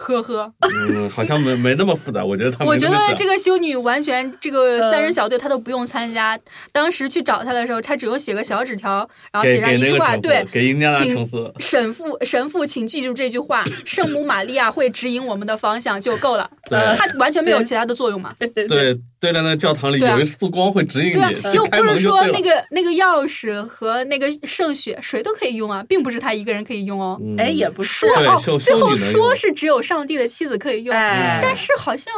Speaker 3: 呵呵，
Speaker 2: 嗯，好像没没那么复杂。我觉得他没
Speaker 3: 我觉
Speaker 2: 那么
Speaker 3: 得
Speaker 2: 想
Speaker 3: 这个修女完全这个
Speaker 1: 呃
Speaker 3: 三人小队她都不用参加。当时去找她的时候，她只有写个小纸条，然后
Speaker 2: 给
Speaker 3: 写上
Speaker 2: 给
Speaker 3: 一
Speaker 2: 那
Speaker 3: 句
Speaker 2: 个
Speaker 3: 话，
Speaker 2: 神
Speaker 3: 对
Speaker 2: 父，，给印第安纳
Speaker 3: 请
Speaker 2: 琼斯，
Speaker 3: 神父神父，请记住这句话，圣母玛利亚会指引我们的方向就够了。
Speaker 2: [laughs] 对
Speaker 3: 呃她完全没有
Speaker 1: 对
Speaker 3: 其他的作用嘛。
Speaker 2: 对对着那教堂里
Speaker 3: 对啊
Speaker 2: 有一束光会指引
Speaker 3: 对啊
Speaker 2: 你，，去
Speaker 3: 又
Speaker 2: 开
Speaker 3: 不
Speaker 2: 门
Speaker 3: 是
Speaker 2: 就
Speaker 3: 说
Speaker 2: 对
Speaker 3: 那
Speaker 2: 了。
Speaker 3: 个那个钥匙和那个圣血谁都可以用啊，并不是她一个人可以用哦。
Speaker 1: [laughs]
Speaker 2: 嗯
Speaker 1: 哎，也不是
Speaker 3: 说，
Speaker 2: 对
Speaker 3: 哦
Speaker 2: 修，
Speaker 3: 最
Speaker 2: 修
Speaker 3: 后
Speaker 2: 女能
Speaker 3: 说
Speaker 2: 用
Speaker 3: 是只有上帝的妻子可以用，
Speaker 1: 哎，
Speaker 2: 嗯
Speaker 3: 但是好像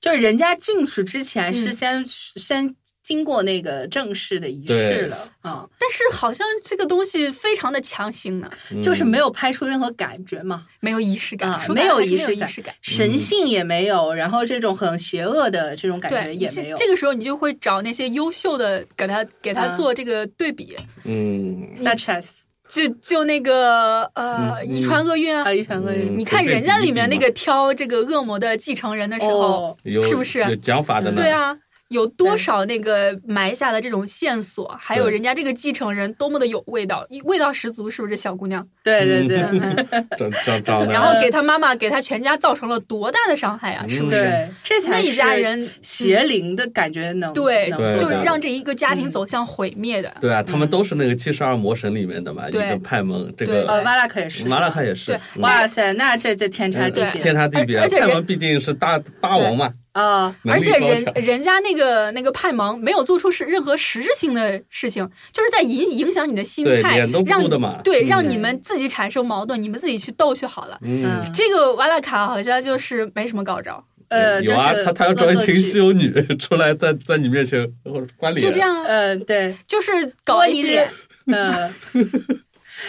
Speaker 1: 就是人家进去之前
Speaker 3: 嗯
Speaker 1: 是先、先经过那个正式的仪式了啊、
Speaker 3: 但是好像这个东西非常的强行呢，
Speaker 2: 嗯
Speaker 1: 就是没有拍出任何感觉嘛，
Speaker 3: 没有仪式感，
Speaker 1: 啊
Speaker 3: 说白了
Speaker 1: 没有
Speaker 3: 还是
Speaker 1: 仪
Speaker 3: 没有
Speaker 1: 式感
Speaker 3: 仪式感。
Speaker 2: 嗯
Speaker 1: 神性也没有，然后这种很邪恶的这种感觉
Speaker 3: 对，
Speaker 1: 也
Speaker 3: 是
Speaker 1: 没有。
Speaker 3: 这个时候你就会找那些优秀的，给他给他
Speaker 1: 嗯
Speaker 3: 做这个对比，
Speaker 2: 嗯
Speaker 1: such
Speaker 3: [laughs]
Speaker 1: as
Speaker 3: 就就那个呃，
Speaker 2: 嗯
Speaker 3: 遗传厄运啊
Speaker 1: 啊，，一传个
Speaker 2: 嗯
Speaker 3: 你看人家里面那个挑这个恶魔的继承人的时候，
Speaker 1: 哦，
Speaker 2: 有
Speaker 3: 是不是
Speaker 2: 有讲法的呢？
Speaker 3: 对啊，有多少那个埋下的这种线索，还有
Speaker 2: 对
Speaker 3: 人家这个继承人多么的有味道，味道十足，是不是这小姑娘？
Speaker 1: 对对对，
Speaker 3: 嗯嗯
Speaker 2: 长
Speaker 1: [laughs]
Speaker 2: 长长的，
Speaker 3: 然后给她妈妈给她全家造成了多大的伤害
Speaker 2: 嗯
Speaker 3: 啊，
Speaker 2: [laughs]
Speaker 3: 是不是？
Speaker 1: 对，这
Speaker 3: 那
Speaker 1: 才
Speaker 3: 一
Speaker 1: 是
Speaker 3: 家人
Speaker 1: 邪灵的感觉能
Speaker 3: 对，
Speaker 1: 能
Speaker 2: 对
Speaker 1: 做
Speaker 3: 就
Speaker 1: 到
Speaker 3: 是
Speaker 1: 的
Speaker 3: 让这一个家庭走向毁灭的。
Speaker 2: 对啊，他
Speaker 1: 嗯
Speaker 2: 们都是那个七十二魔神里面的嘛，一
Speaker 3: 对
Speaker 2: 个派蒙，这
Speaker 3: 对
Speaker 1: 呃
Speaker 2: 个
Speaker 1: 瓦拉克也是
Speaker 2: 麻辣烫也是
Speaker 3: 对，
Speaker 2: 嗯呃
Speaker 1: 哇塞，那这这天差地
Speaker 3: 对
Speaker 2: 天
Speaker 1: 别
Speaker 2: 差地别
Speaker 3: 而。且
Speaker 2: 派
Speaker 3: 人
Speaker 2: 蒙毕竟是大霸王嘛，
Speaker 1: 啊！
Speaker 2: 能
Speaker 3: 而
Speaker 2: 力
Speaker 3: 且
Speaker 2: 高
Speaker 3: 人
Speaker 2: 强
Speaker 3: 人家那个那个派蒙没有做出是任何实质性的事情，就是在影影响你的心
Speaker 2: 对
Speaker 3: 态，
Speaker 2: 脸都
Speaker 3: 让
Speaker 2: 布
Speaker 3: 你
Speaker 2: 的嘛，
Speaker 3: 对让
Speaker 1: 嗯
Speaker 3: 你们自己产生矛盾，你们自己去斗去好了。
Speaker 2: 嗯，
Speaker 1: 嗯
Speaker 3: 这个瓦拉卡好像就是没什么高招，
Speaker 1: 呃，
Speaker 2: 有啊
Speaker 1: 就，是
Speaker 2: 他他要找
Speaker 1: 恶
Speaker 2: 一
Speaker 1: 作
Speaker 2: 群
Speaker 1: 剧
Speaker 2: 修女 [laughs] 出来在在你面前或者翻脸，
Speaker 3: 就这样啊，
Speaker 1: 呃，对，
Speaker 3: 就是搞
Speaker 1: 摸
Speaker 3: 一
Speaker 1: 你
Speaker 3: 些
Speaker 1: 脸，，
Speaker 2: [laughs]
Speaker 1: 嗯，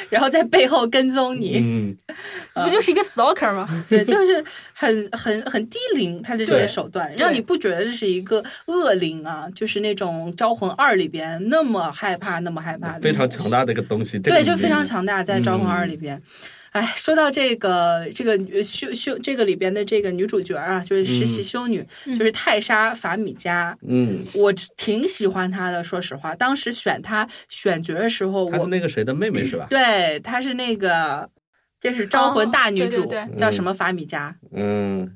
Speaker 1: 然后在背后跟踪你，
Speaker 2: 嗯，
Speaker 3: 这不就是一个 stalker 吗？
Speaker 1: 对，就是很很很低龄，他的这些手段，让你不觉得这是一个恶灵啊，就是那种《招魂二》里边那么害怕、那么害怕的，
Speaker 2: 非常强。大的一个东西，这个
Speaker 1: 对，就
Speaker 2: 里
Speaker 1: 非常
Speaker 2: 面嗯
Speaker 1: 强大，在《招魂二》里边。哎，说到这个这个呃修修这个里边的这个女主角啊，就是实习修女，
Speaker 3: 嗯
Speaker 1: 就是泰莎·法米加。
Speaker 2: 嗯，
Speaker 1: 我挺喜欢她的，说实话，当时选她选角的时候，
Speaker 2: 她是
Speaker 1: 我
Speaker 2: 那个谁的妹妹是
Speaker 1: [laughs]
Speaker 2: 吧？
Speaker 1: 对她是那个，这是《招魂》大女主，
Speaker 3: 哦对对
Speaker 2: 对
Speaker 1: 叫什么法米加
Speaker 2: 嗯，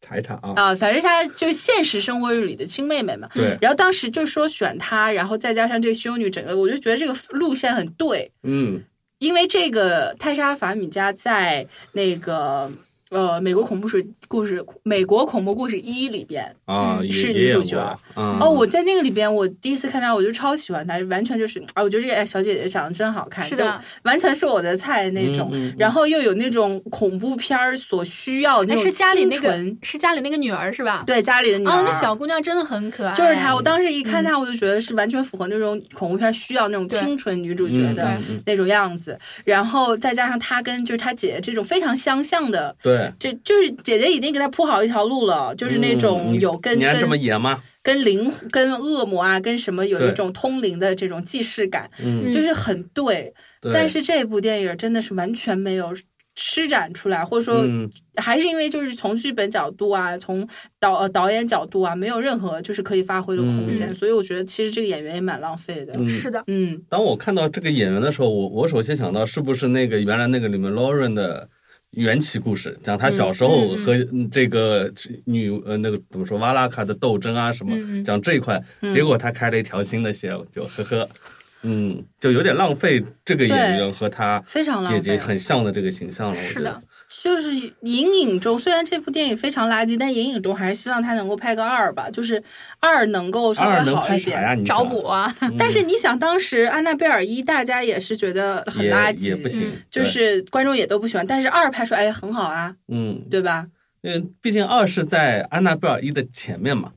Speaker 2: 查一查啊，
Speaker 1: 啊、反正她就是现实生活里的亲妹妹嘛。
Speaker 2: 对，
Speaker 1: 然后当时就说选她，然后再加上这个修女，整个我就觉得这个路线很对，
Speaker 2: 嗯
Speaker 1: 因为这个泰莎·法米加在那个呃美国恐怖事故事《美国恐怖故事一》里边，
Speaker 2: 啊，
Speaker 3: 嗯
Speaker 2: 也
Speaker 1: 是
Speaker 2: 也
Speaker 1: 女主
Speaker 2: 演
Speaker 1: 角
Speaker 2: 过嗯
Speaker 1: 哦，我在那个里边，我第一次看她，我就超喜欢她，完全就是啊，我觉得这个小姐姐长得真好看，
Speaker 3: [laughs] 是
Speaker 1: 就
Speaker 3: 的，哎
Speaker 1: 完全是我的菜那种。
Speaker 2: 嗯嗯嗯
Speaker 1: 然后又有那种恐怖片儿所需要的
Speaker 3: 哎
Speaker 1: 那种
Speaker 3: 是家里那
Speaker 1: 清
Speaker 3: 个
Speaker 1: 纯
Speaker 3: 是家里那个女儿是吧？
Speaker 1: 对家里的女儿，
Speaker 3: 啊，那小姑哎娘真的很可爱，
Speaker 1: 就是她。我当时一看她，我就觉得是完全符合那种恐怖片儿需要那种
Speaker 3: 对
Speaker 1: 清纯女主
Speaker 2: 嗯
Speaker 1: 角
Speaker 2: 嗯
Speaker 1: 的。
Speaker 2: 嗯嗯
Speaker 1: 那种样子，然后再加上她跟就是她姐姐这种非常相像的，
Speaker 2: 对，
Speaker 1: 这就是姐姐已经给她铺好一条路了，就是那
Speaker 2: 嗯
Speaker 1: 种
Speaker 2: 你
Speaker 1: 有跟、
Speaker 2: 你还这么
Speaker 1: 跟
Speaker 2: 演吗？
Speaker 1: 跟灵跟恶魔啊，跟什么有
Speaker 2: 对
Speaker 1: 一种通灵的这种既视感，
Speaker 2: 嗯，
Speaker 3: 嗯
Speaker 1: 就是很对。
Speaker 2: 对
Speaker 1: 但是这部电影真的是完全没有施展出来，或者说
Speaker 2: 嗯
Speaker 1: 还是因为就是从剧本角度啊，从导呃导演角度啊，没有任何就是可以发挥的空间，
Speaker 3: 嗯
Speaker 1: 所以我觉得其实这个演员也蛮浪费的。
Speaker 2: 嗯
Speaker 3: 是的，
Speaker 1: 嗯
Speaker 2: 当我看到这个演员的时候，我我首先想到是不是那个原来那个里面 Lauren 的缘起故事，讲他小时候
Speaker 1: 嗯嗯
Speaker 2: 和这个女呃那个怎么说瓦拉卡的斗争啊什么，
Speaker 3: 嗯嗯
Speaker 2: 讲这一块，结果他开了一条新的线，我就呵呵，嗯，就有点浪费这个演员和他
Speaker 1: 非常浪
Speaker 2: 姐
Speaker 1: 费。啊
Speaker 2: 姐很像的这个形象了，我觉
Speaker 3: 是的
Speaker 2: 得，，
Speaker 1: 就是隐隐中，虽然这部电影非常垃圾，但隐隐中还是希望他能够拍个二吧，就是二能够稍
Speaker 2: 二
Speaker 1: 微
Speaker 2: 能
Speaker 1: 好
Speaker 2: 拍
Speaker 1: 一
Speaker 2: 啥
Speaker 1: 点。
Speaker 2: 呀？你
Speaker 3: 找
Speaker 2: 想嗯
Speaker 3: 补啊，
Speaker 1: 但是你想，当时《安娜贝尔一》大家也是觉得很
Speaker 2: 也
Speaker 1: 垃圾，
Speaker 2: 也不行，
Speaker 1: 就
Speaker 2: 对
Speaker 1: 是观众也都不喜欢。但是二拍出来也很好啊，
Speaker 2: 嗯，
Speaker 1: 对吧？
Speaker 2: 因为毕竟二是在《安娜贝尔一》的前面嘛。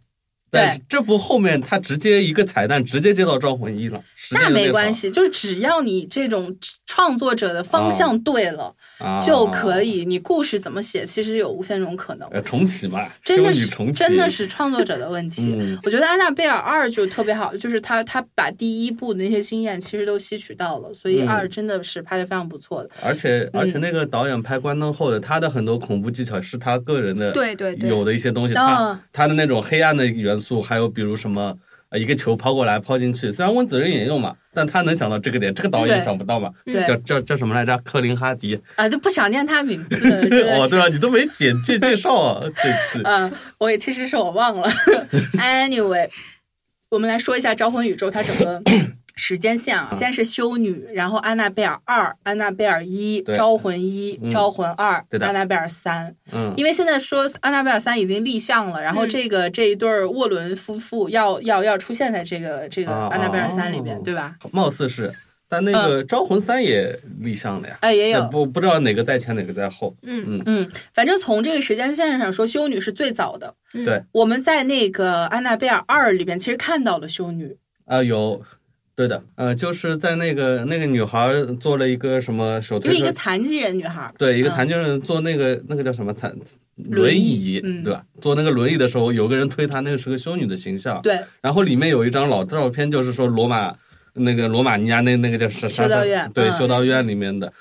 Speaker 1: 对
Speaker 2: 但这部后面他直接一个彩蛋，直接接到《招魂一》了，时间
Speaker 1: 那
Speaker 2: 有点
Speaker 1: 没
Speaker 2: 少
Speaker 1: 关系，就是只要你这种创作者的方向对了、
Speaker 2: 啊，
Speaker 1: 就可。以，你故事怎么写其实有无限种可能。
Speaker 2: 呃，重启嘛，
Speaker 1: 真的
Speaker 2: 修
Speaker 1: 是
Speaker 2: 女重启，
Speaker 1: 真的是创作者的问题。
Speaker 2: [laughs] 嗯
Speaker 1: 我觉得《安娜贝尔二》就特别好，就是他他把第一部的那些经验其实都吸取到了，所以
Speaker 2: 嗯
Speaker 1: 二真的是拍的非常不错的。
Speaker 2: 而且
Speaker 1: 嗯
Speaker 2: 而且那个导演拍《关灯后》的，他的很多恐怖技巧是他个人的，
Speaker 3: [laughs] 对对对
Speaker 2: 有的一些东西，
Speaker 1: 嗯
Speaker 2: 他他的那种黑暗的元素，还有比如什么。呃一个球抛过来，抛进去。虽然温子仁也用嘛，但他能想到这个点，这个导演
Speaker 1: 对
Speaker 2: 想不到嘛。
Speaker 1: 对
Speaker 2: 叫叫叫什么来着？科林哈迪。
Speaker 1: 啊，就不想念他名字了，真的
Speaker 2: [laughs] 哦，
Speaker 1: 是
Speaker 2: 对啊，你都没简介介绍啊， [laughs] 这次。
Speaker 1: [laughs] 嗯，我也其实是我忘了。anyway，我们来说一下《招魂宇宙》它整
Speaker 2: [coughs]
Speaker 1: 个时间线啊，先是修女，然后安娜贝尔二、安娜贝尔一、
Speaker 2: 对
Speaker 1: 招魂一、
Speaker 2: 嗯
Speaker 1: 招魂二、
Speaker 2: 对的
Speaker 1: 安娜贝尔三。
Speaker 2: 嗯，
Speaker 1: 因为现在说安娜贝尔三已经立项了，然后
Speaker 3: 嗯
Speaker 1: 这个、这一对儿沃伦夫妇要要要出现在这个这个
Speaker 2: 啊
Speaker 1: 安娜贝尔三里边，
Speaker 2: 哦
Speaker 1: 对吧？
Speaker 2: 貌似是，但那个《招魂三》也立项了呀。呃
Speaker 1: 哎，也嗯有。
Speaker 2: 不不知道哪个在前，哪个在后。
Speaker 3: 嗯
Speaker 1: 嗯，反正从这个时间线上说，修女是最早的。
Speaker 3: 嗯
Speaker 2: 对
Speaker 1: 我们在那个《安娜贝尔二》里边，其实看到了修女。
Speaker 2: 啊、有，对的，呃，就是在那个那个女孩儿做了一个什么手
Speaker 1: 因为
Speaker 2: 推
Speaker 1: 一
Speaker 2: 车
Speaker 1: 个，残疾人女孩儿，
Speaker 2: 对，一个
Speaker 1: 嗯
Speaker 2: 残疾人坐那个、那个叫什么残
Speaker 1: 轮
Speaker 2: 轮
Speaker 1: 椅
Speaker 2: 椅，
Speaker 1: 嗯
Speaker 2: 对吧？坐那个轮椅的时候，有个人推她，那个是个修女的形象。
Speaker 1: 对，
Speaker 2: 然后里面有一张老照片，就是说罗马那个罗马尼亚那那个叫啥啥
Speaker 1: 修道
Speaker 2: 啥
Speaker 1: 院
Speaker 2: 对，
Speaker 1: 嗯
Speaker 2: 修道院里面的。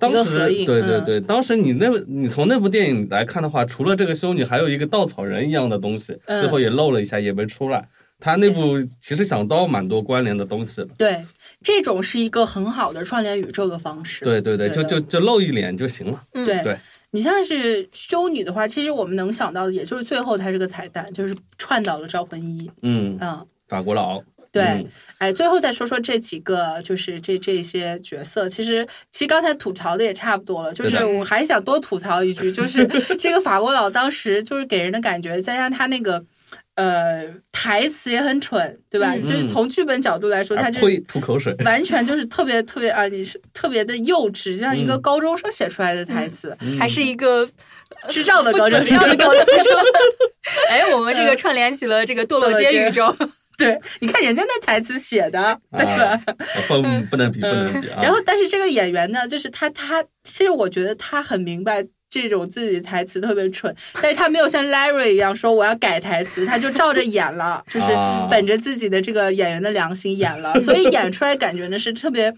Speaker 2: 当
Speaker 1: 个
Speaker 2: 时
Speaker 1: 合影
Speaker 2: 对对
Speaker 1: 嗯
Speaker 2: 对，当时你那你从那部电影来看的话，除了这个修女，还有一个稻草人一样的东西，
Speaker 1: 嗯
Speaker 2: 最后也露了一下，也没出来。他那部其实想到蛮多关联的东西的，
Speaker 1: 对，这种是一个很好的串联宇宙的方式。
Speaker 2: 对对对，
Speaker 1: 觉
Speaker 2: 就
Speaker 1: 得
Speaker 2: 就就露一脸就行了。
Speaker 3: 嗯
Speaker 1: 对。
Speaker 2: 对
Speaker 1: 你像是修女的话，其实我们能想到的，也就是最后它是个彩蛋，就是串到了招魂一。
Speaker 2: 嗯，
Speaker 1: 嗯，
Speaker 2: 法国佬，
Speaker 1: 对。
Speaker 2: 嗯
Speaker 1: 哎，最后再说说这几个，就是这这些角色，其实其实刚才吐槽的也差不多了，就是
Speaker 2: 对的
Speaker 1: 我还想多吐槽一句，就是这个法国佬当时就是给人的感觉，加上他那个。呃，台词也很蠢，对吧？
Speaker 3: 嗯
Speaker 1: 就是从剧本角度来说，他
Speaker 2: 啊
Speaker 1: 这
Speaker 2: 呸，吐口水。
Speaker 1: [laughs] 完全就是特别特别啊，你是特别的幼稚，像一个高中生写出来的台词，
Speaker 2: 嗯
Speaker 3: 还是一个
Speaker 1: 智障的高中嗯生
Speaker 3: 不。怎么样的高中
Speaker 1: [laughs]
Speaker 3: 生。哎，我们这个串联起了这个堕落街宇
Speaker 1: [laughs]
Speaker 3: 宙，
Speaker 1: 对，你看人家那台词写的，对吧？ [laughs]
Speaker 2: 啊，不不能比，不能比啊！
Speaker 1: 然后，但是这个演员呢，就是他，他其实我觉得他很明白这种自己台词特别蠢， [laughs] 但是他没有像 Larry 一样说我要改台词，他就照着演
Speaker 2: [laughs]
Speaker 1: 了，就是
Speaker 2: 啊
Speaker 1: 本着自己的这个演员的良心演
Speaker 2: [laughs]
Speaker 1: 了，所以演出来感觉呢是特别，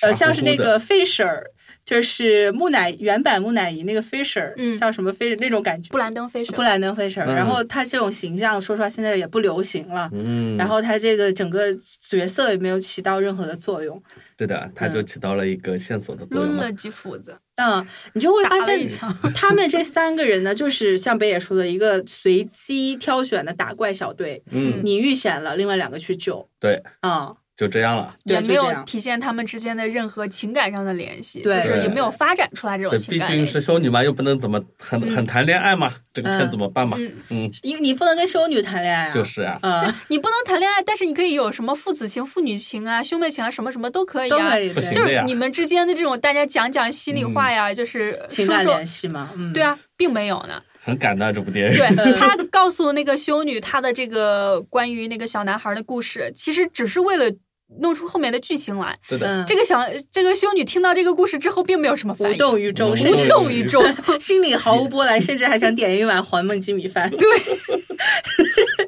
Speaker 1: 呃，
Speaker 2: 傻乎乎的
Speaker 1: 像是那个 Fisher。就是木乃原版木乃伊那个 Fisher，、
Speaker 3: 嗯
Speaker 1: 像什么 Fisher 那种感觉，
Speaker 3: 布兰登飞神
Speaker 1: 布，兰登 Fisher，、
Speaker 2: 嗯
Speaker 1: 然后他这种形象，说实话现在也不流行了，
Speaker 2: 嗯，
Speaker 1: 然后他这个整个角色也没有起到任何的作用，
Speaker 2: 对的，它就起到了一个线索的作用
Speaker 3: 抡
Speaker 2: 嘛。
Speaker 3: 了几斧子，
Speaker 1: 嗯，你就会
Speaker 3: 打
Speaker 1: 发
Speaker 3: 了一
Speaker 1: 现
Speaker 3: 枪。
Speaker 1: 他们这三个人呢，就是像北野说的一个随机挑选的打怪小队，
Speaker 2: 嗯，
Speaker 1: 你遇险了，另外两个去救，
Speaker 2: 对，
Speaker 1: 啊、
Speaker 2: 就这样了。
Speaker 1: 对
Speaker 3: 也
Speaker 1: 就这
Speaker 3: 没有
Speaker 1: 样
Speaker 3: 体现他们之间的任何情感上的联系，就
Speaker 1: 对
Speaker 3: 是也没有发展出来这种
Speaker 2: 对，
Speaker 3: 情
Speaker 2: 毕
Speaker 3: 感
Speaker 2: 竟
Speaker 3: 联系。
Speaker 2: 是修女嘛，又不能怎么很
Speaker 3: 嗯
Speaker 2: 很谈恋爱嘛，这个看怎么办嘛。
Speaker 3: 嗯，
Speaker 2: 嗯，
Speaker 1: 因为你不能跟修女谈恋爱啊，
Speaker 2: 就，是啊，
Speaker 1: 嗯，
Speaker 3: 你不能谈恋爱，但是你可以有什么父子情、父女情啊、兄妹情啊，什么什么都可以
Speaker 1: 都
Speaker 3: 啊
Speaker 1: 可。以
Speaker 2: 不行
Speaker 1: 对
Speaker 3: 就
Speaker 2: 的
Speaker 3: 是
Speaker 2: 呀
Speaker 3: 你们之间的这种大家讲讲心里话呀，就是
Speaker 1: 情
Speaker 3: 说
Speaker 1: 感
Speaker 3: 说
Speaker 1: 联，系嘛，嗯，
Speaker 3: 对，啊，并没有呢。
Speaker 2: 很感啊的这部电影。
Speaker 3: 对
Speaker 1: 嗯
Speaker 3: 他告诉那个修女他的这个关于那个小男孩的故事，其实只是为了弄出后面的剧情来。
Speaker 2: 对的，
Speaker 1: 嗯，
Speaker 3: 这个小这个修女听到这个故事之后，并没有什么反
Speaker 1: 无
Speaker 3: 应，
Speaker 1: 动于衷，
Speaker 2: 无
Speaker 1: 甚至
Speaker 3: 无动于衷。
Speaker 1: 心里毫无波澜，甚至还想点一碗还梦鸡米饭。对，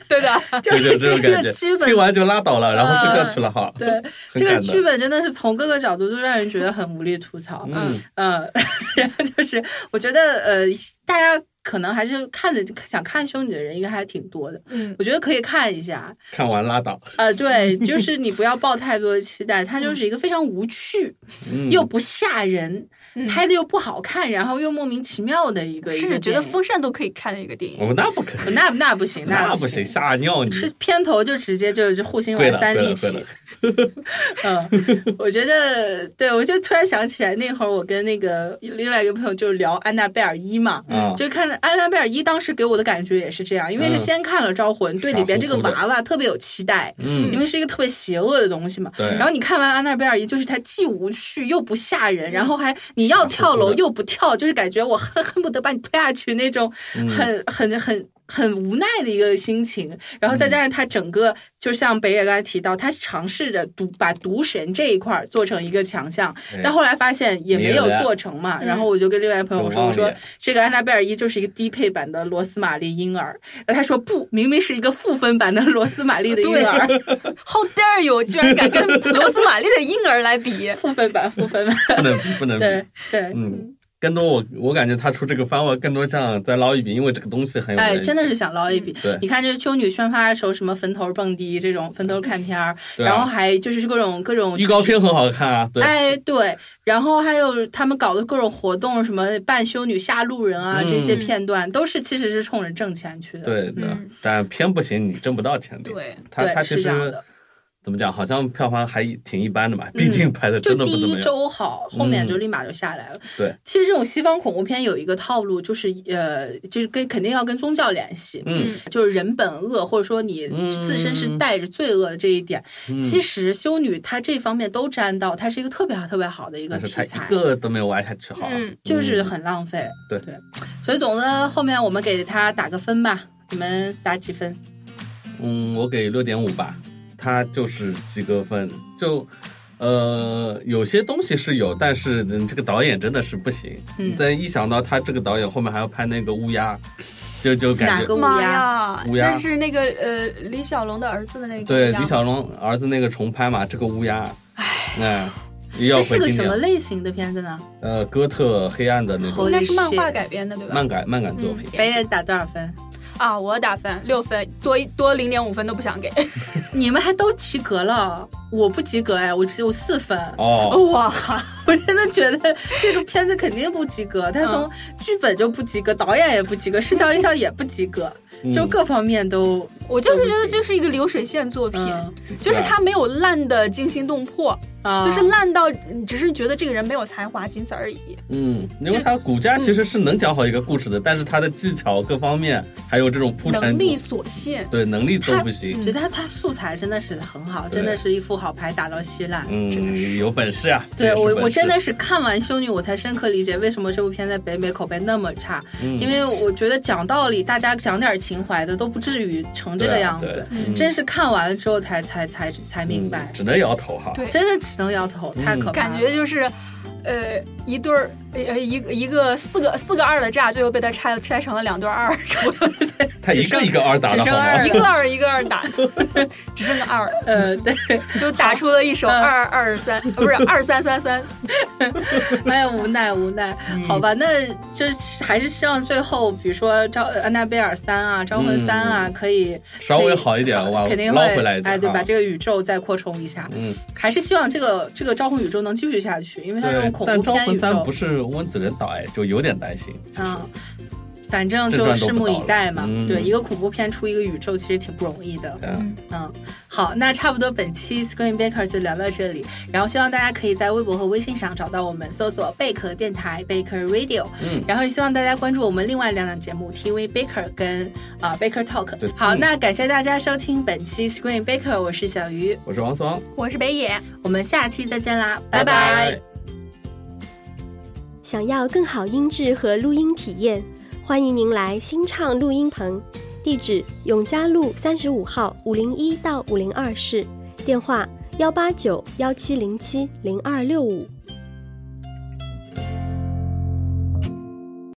Speaker 3: 对的，
Speaker 1: 就
Speaker 2: 就是这
Speaker 1: 这
Speaker 2: 种感觉
Speaker 1: 个剧，本
Speaker 2: 听完就拉倒了，然后睡觉去了哈。
Speaker 1: 对，
Speaker 2: 很
Speaker 1: 这个
Speaker 2: 感动
Speaker 1: 剧本真的是从各个角度都让人觉得很无力吐槽。
Speaker 2: 嗯，
Speaker 1: 呃， [laughs] 然后就是我觉得呃，大家可能还是看着想看修女的人应该还挺多的，
Speaker 3: 嗯，
Speaker 1: 我觉得可以看一下。
Speaker 2: 看完拉倒。
Speaker 1: 呃，对，就是你不要抱太多的期待，它就是一个非常无趣
Speaker 2: 嗯，
Speaker 1: 又不吓人，
Speaker 3: 嗯
Speaker 1: 拍的又不好看，然后又莫名其妙的一个，一
Speaker 3: 甚
Speaker 1: 个
Speaker 3: 至觉得
Speaker 1: 电影
Speaker 3: 风扇都可以看的一个电
Speaker 2: 我
Speaker 3: 影。
Speaker 2: 们那不可以，
Speaker 1: 那那不行，
Speaker 2: 那
Speaker 1: 不
Speaker 2: 行，吓尿你。
Speaker 1: 是片头就直接就就护心
Speaker 2: 跪
Speaker 1: 丸
Speaker 2: 了，
Speaker 1: 三
Speaker 2: 跪
Speaker 1: 立
Speaker 2: 了，
Speaker 1: 起
Speaker 2: 跪，了。
Speaker 1: [laughs] 嗯，我觉得，对我就突然想起来，那会儿我跟那个另外一个朋友就聊《安娜贝尔一》嘛，
Speaker 2: 啊，
Speaker 1: 就看《安娜贝尔一》，当时给我的感觉也是这样，因为是
Speaker 2: 嗯
Speaker 1: 先看了《招魂》，对
Speaker 2: 傻
Speaker 1: 里边
Speaker 2: 乎
Speaker 1: 这个
Speaker 2: 乎的
Speaker 1: 娃娃特别有期待，因
Speaker 2: 嗯，
Speaker 1: 为是一个特别邪恶的东西嘛。
Speaker 2: 对。
Speaker 1: 然后你看完《安娜贝尔一》，就是它既无趣又不吓人，然后还你要跳
Speaker 2: 嗯傻乎
Speaker 1: 楼
Speaker 2: 乎的
Speaker 1: 又不跳，就是感觉我恨恨不得把你推下去那种
Speaker 2: 嗯
Speaker 1: 很很很很无奈的一个心情，然后再加上他整个，就像北野刚才提到，他尝试着毒把毒神这一块儿做成一个强项，
Speaker 2: 哎
Speaker 1: 但后来发现也没有
Speaker 2: 没有了
Speaker 1: 做成嘛。
Speaker 3: 嗯
Speaker 1: 然后我就跟另外一个朋友
Speaker 2: 就
Speaker 1: 说：“
Speaker 2: 忘
Speaker 1: 我说
Speaker 2: 了
Speaker 1: 这个安娜贝尔一就是一个低配版的罗斯玛丽婴儿。”然后他说：“不，明明是一个负分版的罗斯玛丽的婴儿，
Speaker 3: How dare you！居然敢跟罗斯玛丽的婴儿来比，
Speaker 1: 负分版，负分版。
Speaker 2: 不能比，不能比。
Speaker 1: [laughs] 对”对
Speaker 2: 嗯，更多我我感觉他出这个番外，更多像在捞一笔，因为这个东西很有人
Speaker 1: 哎，
Speaker 2: 气。
Speaker 1: 真的是想捞一笔
Speaker 2: 对。
Speaker 1: 你看这修女宣发的时候，什么坟头蹦迪这种坟头看片儿，
Speaker 2: 对啊
Speaker 1: 然后还哦就是各种各种
Speaker 2: 预告片很好看啊，对，
Speaker 1: 哎，对，然后还有他们搞的各种活动，什么扮修女吓路人啊，这些
Speaker 3: 嗯
Speaker 1: 片段都是其实是冲着挣钱去的。
Speaker 2: 对的
Speaker 3: 嗯，
Speaker 2: 但片不行，你挣不到钱的。
Speaker 3: 对，
Speaker 2: 他他其
Speaker 1: 是这样
Speaker 2: 实
Speaker 1: 的。嗯
Speaker 2: 怎么讲，好像票房还挺一般的嘛，毕竟拍的
Speaker 1: 就
Speaker 2: 真的不
Speaker 1: 第
Speaker 2: 怎
Speaker 1: 一
Speaker 2: 么样。嗯
Speaker 1: 周好，后面就立马就下来了。
Speaker 2: 对，
Speaker 1: 其实这种西方恐怖片有一个套路，就是呃，就是跟肯定要跟宗教联系。
Speaker 2: 嗯，
Speaker 1: 就是人本恶，或者说你
Speaker 2: 嗯
Speaker 1: 自身是带着罪恶的这一点，
Speaker 2: 嗯
Speaker 1: 其实修女她这方面都沾到，它是一个特别好、特别好的一个
Speaker 2: 但是
Speaker 1: 题
Speaker 2: 他
Speaker 1: 材
Speaker 2: 一。个都没有玩下去，好啊，
Speaker 3: 嗯
Speaker 1: 就是很浪费。
Speaker 2: 对
Speaker 1: 对，所以总的后面我们给他打个分吧，你们打几分？
Speaker 2: 嗯，我给六点五吧，它就是及格分。就呃，有些东西是有，但是嗯这个导演真的是不行。
Speaker 1: 嗯
Speaker 2: 但一想到他这个导演后面还要拍那个乌鸦，就就感
Speaker 1: 哪
Speaker 2: 觉
Speaker 1: 个乌
Speaker 3: 妈
Speaker 1: 鸦？
Speaker 3: 呀，
Speaker 2: 乌鸦
Speaker 3: 那是那个呃李小龙的儿子的那个
Speaker 2: 对
Speaker 3: 乌鸦
Speaker 2: 李小龙儿子那个重拍嘛，这个乌鸦，哎，也要
Speaker 1: 这
Speaker 2: 回
Speaker 1: 是个
Speaker 2: 经
Speaker 1: 什么
Speaker 2: 典。
Speaker 1: 类型的片子呢？
Speaker 2: 呃，哥特黑暗的那种
Speaker 1: 好嗯
Speaker 3: 应该是漫
Speaker 1: Holy
Speaker 3: 画
Speaker 1: shit
Speaker 3: 改编的对吧？
Speaker 2: 漫改漫改作品，
Speaker 1: 北野打多少分？
Speaker 3: 啊，我打分六分，多一多零点五分都不想给。
Speaker 1: 你们还都及格了，我不及格哎，我只有四分。
Speaker 2: 哦，
Speaker 3: 哇，
Speaker 1: [laughs] 我真的觉得这个片子肯定不及格，
Speaker 2: 嗯
Speaker 1: 它从剧本就不及格，导演也不及格，视效音效也不及格，
Speaker 2: 嗯
Speaker 1: 就各方面都
Speaker 3: 我就是觉得就是一个流水线作品，
Speaker 1: 嗯
Speaker 3: 就是它没有烂的惊心动魄，
Speaker 1: 啊，
Speaker 3: 就是烂到你只是觉得这个人没有才华，仅此而已。
Speaker 2: 嗯，因为他骨架其实是能讲好一个故事的，但是他的技巧各方面，还有这种铺陈
Speaker 3: 能力所
Speaker 1: 嗯
Speaker 3: 限，
Speaker 2: 对能力都不行。
Speaker 1: 觉得他他素材真的是很好，
Speaker 2: 对
Speaker 1: 真的是一副好牌打到稀烂。
Speaker 2: 嗯，有本事啊！
Speaker 1: 对
Speaker 2: 这也是
Speaker 1: 我，
Speaker 2: 本
Speaker 1: 我
Speaker 2: 事
Speaker 1: 真的是看完《修女》，我才深刻理解为什么这部片在北美口碑那么差。
Speaker 2: 嗯
Speaker 1: 因为我觉得讲道理，大家讲点情怀的都不至于成这个样
Speaker 2: 对
Speaker 1: 子
Speaker 2: 啊。对嗯
Speaker 1: 真是看完了之后才才才才明白
Speaker 2: 嗯，只能摇头哈。
Speaker 3: 对
Speaker 1: 真的只能摇头，太可怕了。
Speaker 3: 感觉就是。呃，一对儿，呃，一个一个四个四个二的炸，最后被他拆拆成了两对二，
Speaker 2: 他一个一个二打
Speaker 1: 只
Speaker 2: 的好
Speaker 1: 剩
Speaker 2: 吗
Speaker 1: 二？
Speaker 3: 一个二一个二打， [laughs] 只剩个二，
Speaker 1: 呃，对，
Speaker 3: 就打出了一首
Speaker 1: 嗯
Speaker 3: 二二三，呃不是二三三三，
Speaker 1: [laughs] 哎呀，无奈无奈，
Speaker 2: 嗯
Speaker 1: 好吧，那就还是希望最后，比如说《招安娜贝尔三》啊，《招魂三》
Speaker 2: 嗯
Speaker 1: 啊，可以
Speaker 2: 稍微好一点
Speaker 1: 可以
Speaker 2: 哇
Speaker 1: 肯定会
Speaker 2: 捞回来一点
Speaker 1: 哎，对，
Speaker 2: 啊
Speaker 1: 把这个宇宙再扩充一下。
Speaker 2: 嗯，
Speaker 1: 还是希望这个这个招魂宇宙能继续下去，因为它这种
Speaker 2: 对，
Speaker 1: 恐
Speaker 2: 但《
Speaker 1: 怖
Speaker 2: 招
Speaker 1: 片
Speaker 2: 魂
Speaker 1: 宇
Speaker 2: 三》
Speaker 1: 宙
Speaker 2: 不，是温子仁导哎，就有点担心。其实
Speaker 1: 嗯，反正
Speaker 2: 这
Speaker 1: 就
Speaker 2: 段都
Speaker 1: 拭
Speaker 2: 不
Speaker 1: 目
Speaker 2: 到
Speaker 1: 以
Speaker 2: 了
Speaker 1: 待嘛。
Speaker 2: 嗯
Speaker 1: 对，一个恐怖片出一个宇宙，其实挺不容易的。
Speaker 2: 嗯
Speaker 1: 嗯，好，那差不多本期 Screen Baker 就聊到这里，然后希望大家可以在微博和微信上找到我们，搜索贝壳电台 Baker Radio，
Speaker 2: 嗯
Speaker 1: 然后也希望大家关注我们另外两档节目 TV Baker 跟啊、呃 Baker Talk
Speaker 2: 对。
Speaker 1: 好，
Speaker 2: 嗯
Speaker 1: 那感谢大家收听本期 Screen Baker，我是小鱼，
Speaker 2: 我是王松，
Speaker 3: 我是北野，
Speaker 1: 我们下期再见啦，拜
Speaker 2: 拜
Speaker 4: 想要更好音质和录音体验，欢迎您来新唱录音棚，地址永嘉路三十五号五零一到五零二室，电话幺八九幺七零七零二六五。